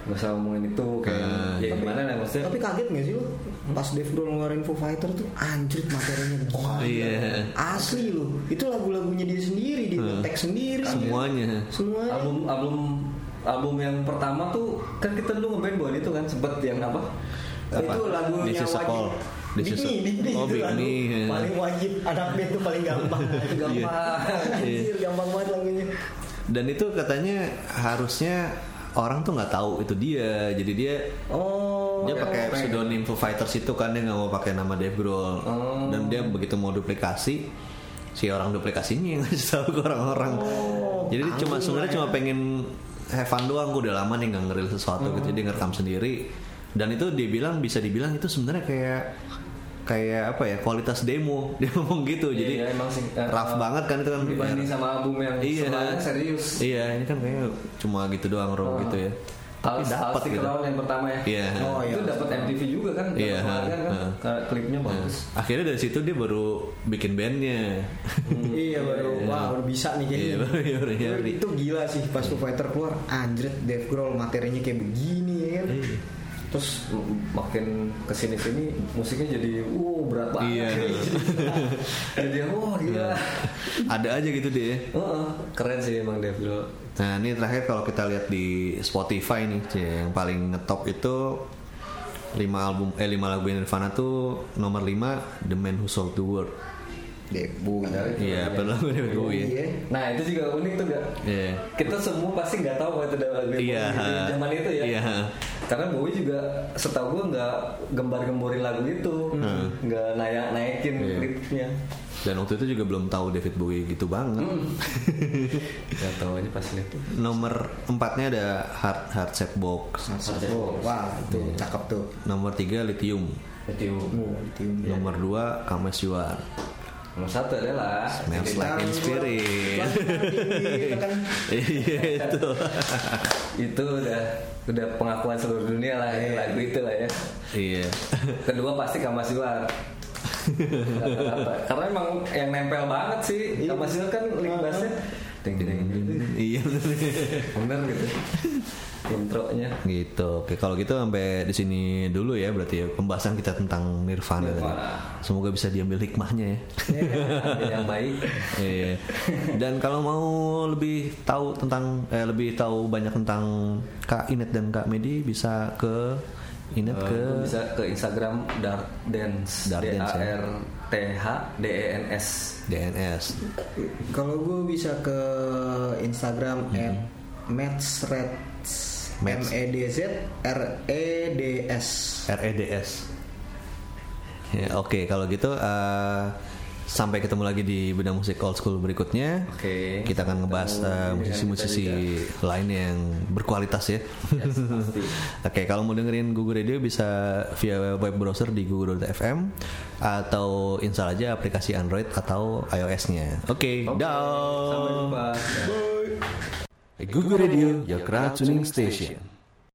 [SPEAKER 3] nggak usah ngomongin itu kayak ya gimana lah maksudnya
[SPEAKER 4] Tapi kaget gak sih lu pas Dave Grohl ngeluarin Foo Fighter tuh anjrit materinya gokil.
[SPEAKER 2] Iya. Hmm.
[SPEAKER 4] Asli lu. Itu lagu-lagunya dia sendiri, dia ngetek sendiri.
[SPEAKER 2] semuanya
[SPEAKER 4] Semua.
[SPEAKER 3] album album album yang pertama tuh kan kita dulu ngeband buat itu kan sempet yang apa
[SPEAKER 2] Apa?
[SPEAKER 4] Itu lagunya
[SPEAKER 2] This is a
[SPEAKER 4] wajib.
[SPEAKER 2] call. This
[SPEAKER 4] Big
[SPEAKER 2] is a-
[SPEAKER 4] Me, Big Me
[SPEAKER 2] Oh,
[SPEAKER 4] itu
[SPEAKER 2] Big
[SPEAKER 4] lagu
[SPEAKER 2] Me, ya. Iya.
[SPEAKER 4] Paling wajib anak band tuh paling gampang. Itu gampang. Anjir, gampang banget lagunya.
[SPEAKER 2] dan itu katanya harusnya orang tuh nggak tahu itu dia jadi dia
[SPEAKER 4] Oh.
[SPEAKER 2] dia
[SPEAKER 3] Iya,
[SPEAKER 2] pakai pseudonym Foo Fighters itu kan dia nggak mau pakai nama Dave
[SPEAKER 3] Oh.
[SPEAKER 2] Grohl dan dia begitu mau duplikasi si orang duplikasinya yang ngasih tahu ke orang-orang
[SPEAKER 3] Oh,
[SPEAKER 2] jadi dia cuma
[SPEAKER 3] ya.
[SPEAKER 2] sebenarnya cuma pengen have fun doang gue udah lama nih nggak ngerilis sesuatu
[SPEAKER 3] Hmm.
[SPEAKER 2] gitu jadi ngerekam sendiri dan itu dia bilang bisa dibilang itu sebenarnya kayak kayak apa ya kualitas demo dia ngomong gitu jadi
[SPEAKER 3] Iya, emang sih. Eh,
[SPEAKER 2] rough
[SPEAKER 3] eh,
[SPEAKER 2] banget kan itu kan
[SPEAKER 3] dibanding sama album yang
[SPEAKER 2] Iya.
[SPEAKER 3] semuanya serius Ah.
[SPEAKER 2] iya ini kan kayaknya cuma gitu doang roh gitu ya
[SPEAKER 3] Al
[SPEAKER 2] dapat
[SPEAKER 3] Stick
[SPEAKER 2] gitu.
[SPEAKER 3] Around yang pertama ya
[SPEAKER 2] Iya.
[SPEAKER 3] oh, itu dapat MTV juga kan dapat
[SPEAKER 2] Iya,
[SPEAKER 3] penghargaan kan
[SPEAKER 2] heeh.
[SPEAKER 3] Karena
[SPEAKER 2] Iya.
[SPEAKER 3] klipnya bagus
[SPEAKER 2] akhirnya dari situ dia baru bikin bandnya
[SPEAKER 4] Iya baru wah baru bisa nih
[SPEAKER 2] Iya,
[SPEAKER 4] kayaknya.
[SPEAKER 2] baru- iya, baru
[SPEAKER 4] Itu-
[SPEAKER 2] nyari.
[SPEAKER 4] itu gila sih pas Foo Fighter keluar anjret Dave Grohl materinya kayak begini ya kan.
[SPEAKER 2] Iya.
[SPEAKER 3] terus m- makin kesini sini musiknya jadi wow berat banget
[SPEAKER 2] Iya.
[SPEAKER 3] jadi dia wah gila
[SPEAKER 2] ada aja gitu deh
[SPEAKER 3] Heeh, keren sih emang Dave Grohl
[SPEAKER 2] Nah ini terakhir kalau kita lihat di Spotify nih Cie, yang paling ngetop itu 5 album eh 5 lagu Nirvana tuh nomor 5 The Man Who Sold the World.
[SPEAKER 4] Debu.
[SPEAKER 2] Iya, yeah, lagu David Bowie. ya.
[SPEAKER 4] Iya.
[SPEAKER 3] nah itu juga unik tuh gak
[SPEAKER 2] Iya.
[SPEAKER 3] kita semua pasti nggak tahu bahwa itu ada lagu
[SPEAKER 2] Iya.
[SPEAKER 3] zaman itu ya
[SPEAKER 2] Iya.
[SPEAKER 3] karena Bowie juga setahu gue nggak gembar-gemborin lagu itu nggak naik naikin
[SPEAKER 2] Iya.
[SPEAKER 3] klipnya
[SPEAKER 2] Dan waktu itu juga belum tahu David Bowie gitu banget. Hmm.
[SPEAKER 3] nggak tahu aja pas lihat
[SPEAKER 2] Nomor 4-nya ada Hard Hard Set Box.
[SPEAKER 4] Oh, wah itu
[SPEAKER 2] Iya.
[SPEAKER 4] cakep tuh.
[SPEAKER 2] Nomor 3 Lithium.
[SPEAKER 3] itu
[SPEAKER 4] Oh, itu
[SPEAKER 2] Nomor 2 Kames You Are.
[SPEAKER 3] nomor satu adalah
[SPEAKER 2] Smells Like Teen Spirit.
[SPEAKER 4] kan
[SPEAKER 2] Iya itu.
[SPEAKER 3] itu udah udah pengakuan seluruh dunia lah ini lagu itu lah ya
[SPEAKER 2] Iya.
[SPEAKER 3] kedua pasti Kamasiwar Rata-rata. karena emang yang nempel banget sih Kamasiwar kan link bassnya ding ding ding ding.
[SPEAKER 2] Iya.
[SPEAKER 3] bener gitu intronya
[SPEAKER 2] Gitu. Oke, kalau gitu sampai di sini dulu ya berarti ya pembahasan kita tentang Nirvana. tadi.
[SPEAKER 3] Nirvana. Iya.
[SPEAKER 2] Semoga bisa diambil hikmahnya ya.
[SPEAKER 3] Ada yang baik
[SPEAKER 2] Iya. Dan kalau mau lebih tahu tentang eh lebih tahu banyak tentang Kak Inet dan Kak Medi bisa ke Inet ke
[SPEAKER 3] Lu bisa ke Instagram Dark Dance
[SPEAKER 2] Dark
[SPEAKER 3] D A
[SPEAKER 2] Dance, ya.
[SPEAKER 3] R T H D E N S
[SPEAKER 2] DNS. Mhm.
[SPEAKER 4] kalau gue bisa ke Instagram at Mats Reds
[SPEAKER 2] Meds.
[SPEAKER 4] M E D Z R E D S.
[SPEAKER 2] REDS. E Ya, Oke, kalau gitu eh, sampai ketemu lagi di bidang musik old school berikutnya.
[SPEAKER 3] Oke.
[SPEAKER 2] Kita akan ngebahas eh,
[SPEAKER 3] Ketemu dengan
[SPEAKER 2] musisi-musisi
[SPEAKER 3] kita
[SPEAKER 2] lain yang berkualitas ya.
[SPEAKER 3] Yes, pasti.
[SPEAKER 2] Oke, kalau mau dengerin Google Radio bisa via web browser di google.fm atau install aja aplikasi Android atau iOS-nya. Oke,
[SPEAKER 3] Oke,
[SPEAKER 2] dah.
[SPEAKER 3] Sampai jumpa.
[SPEAKER 2] Google Radio, your crowd tuning station.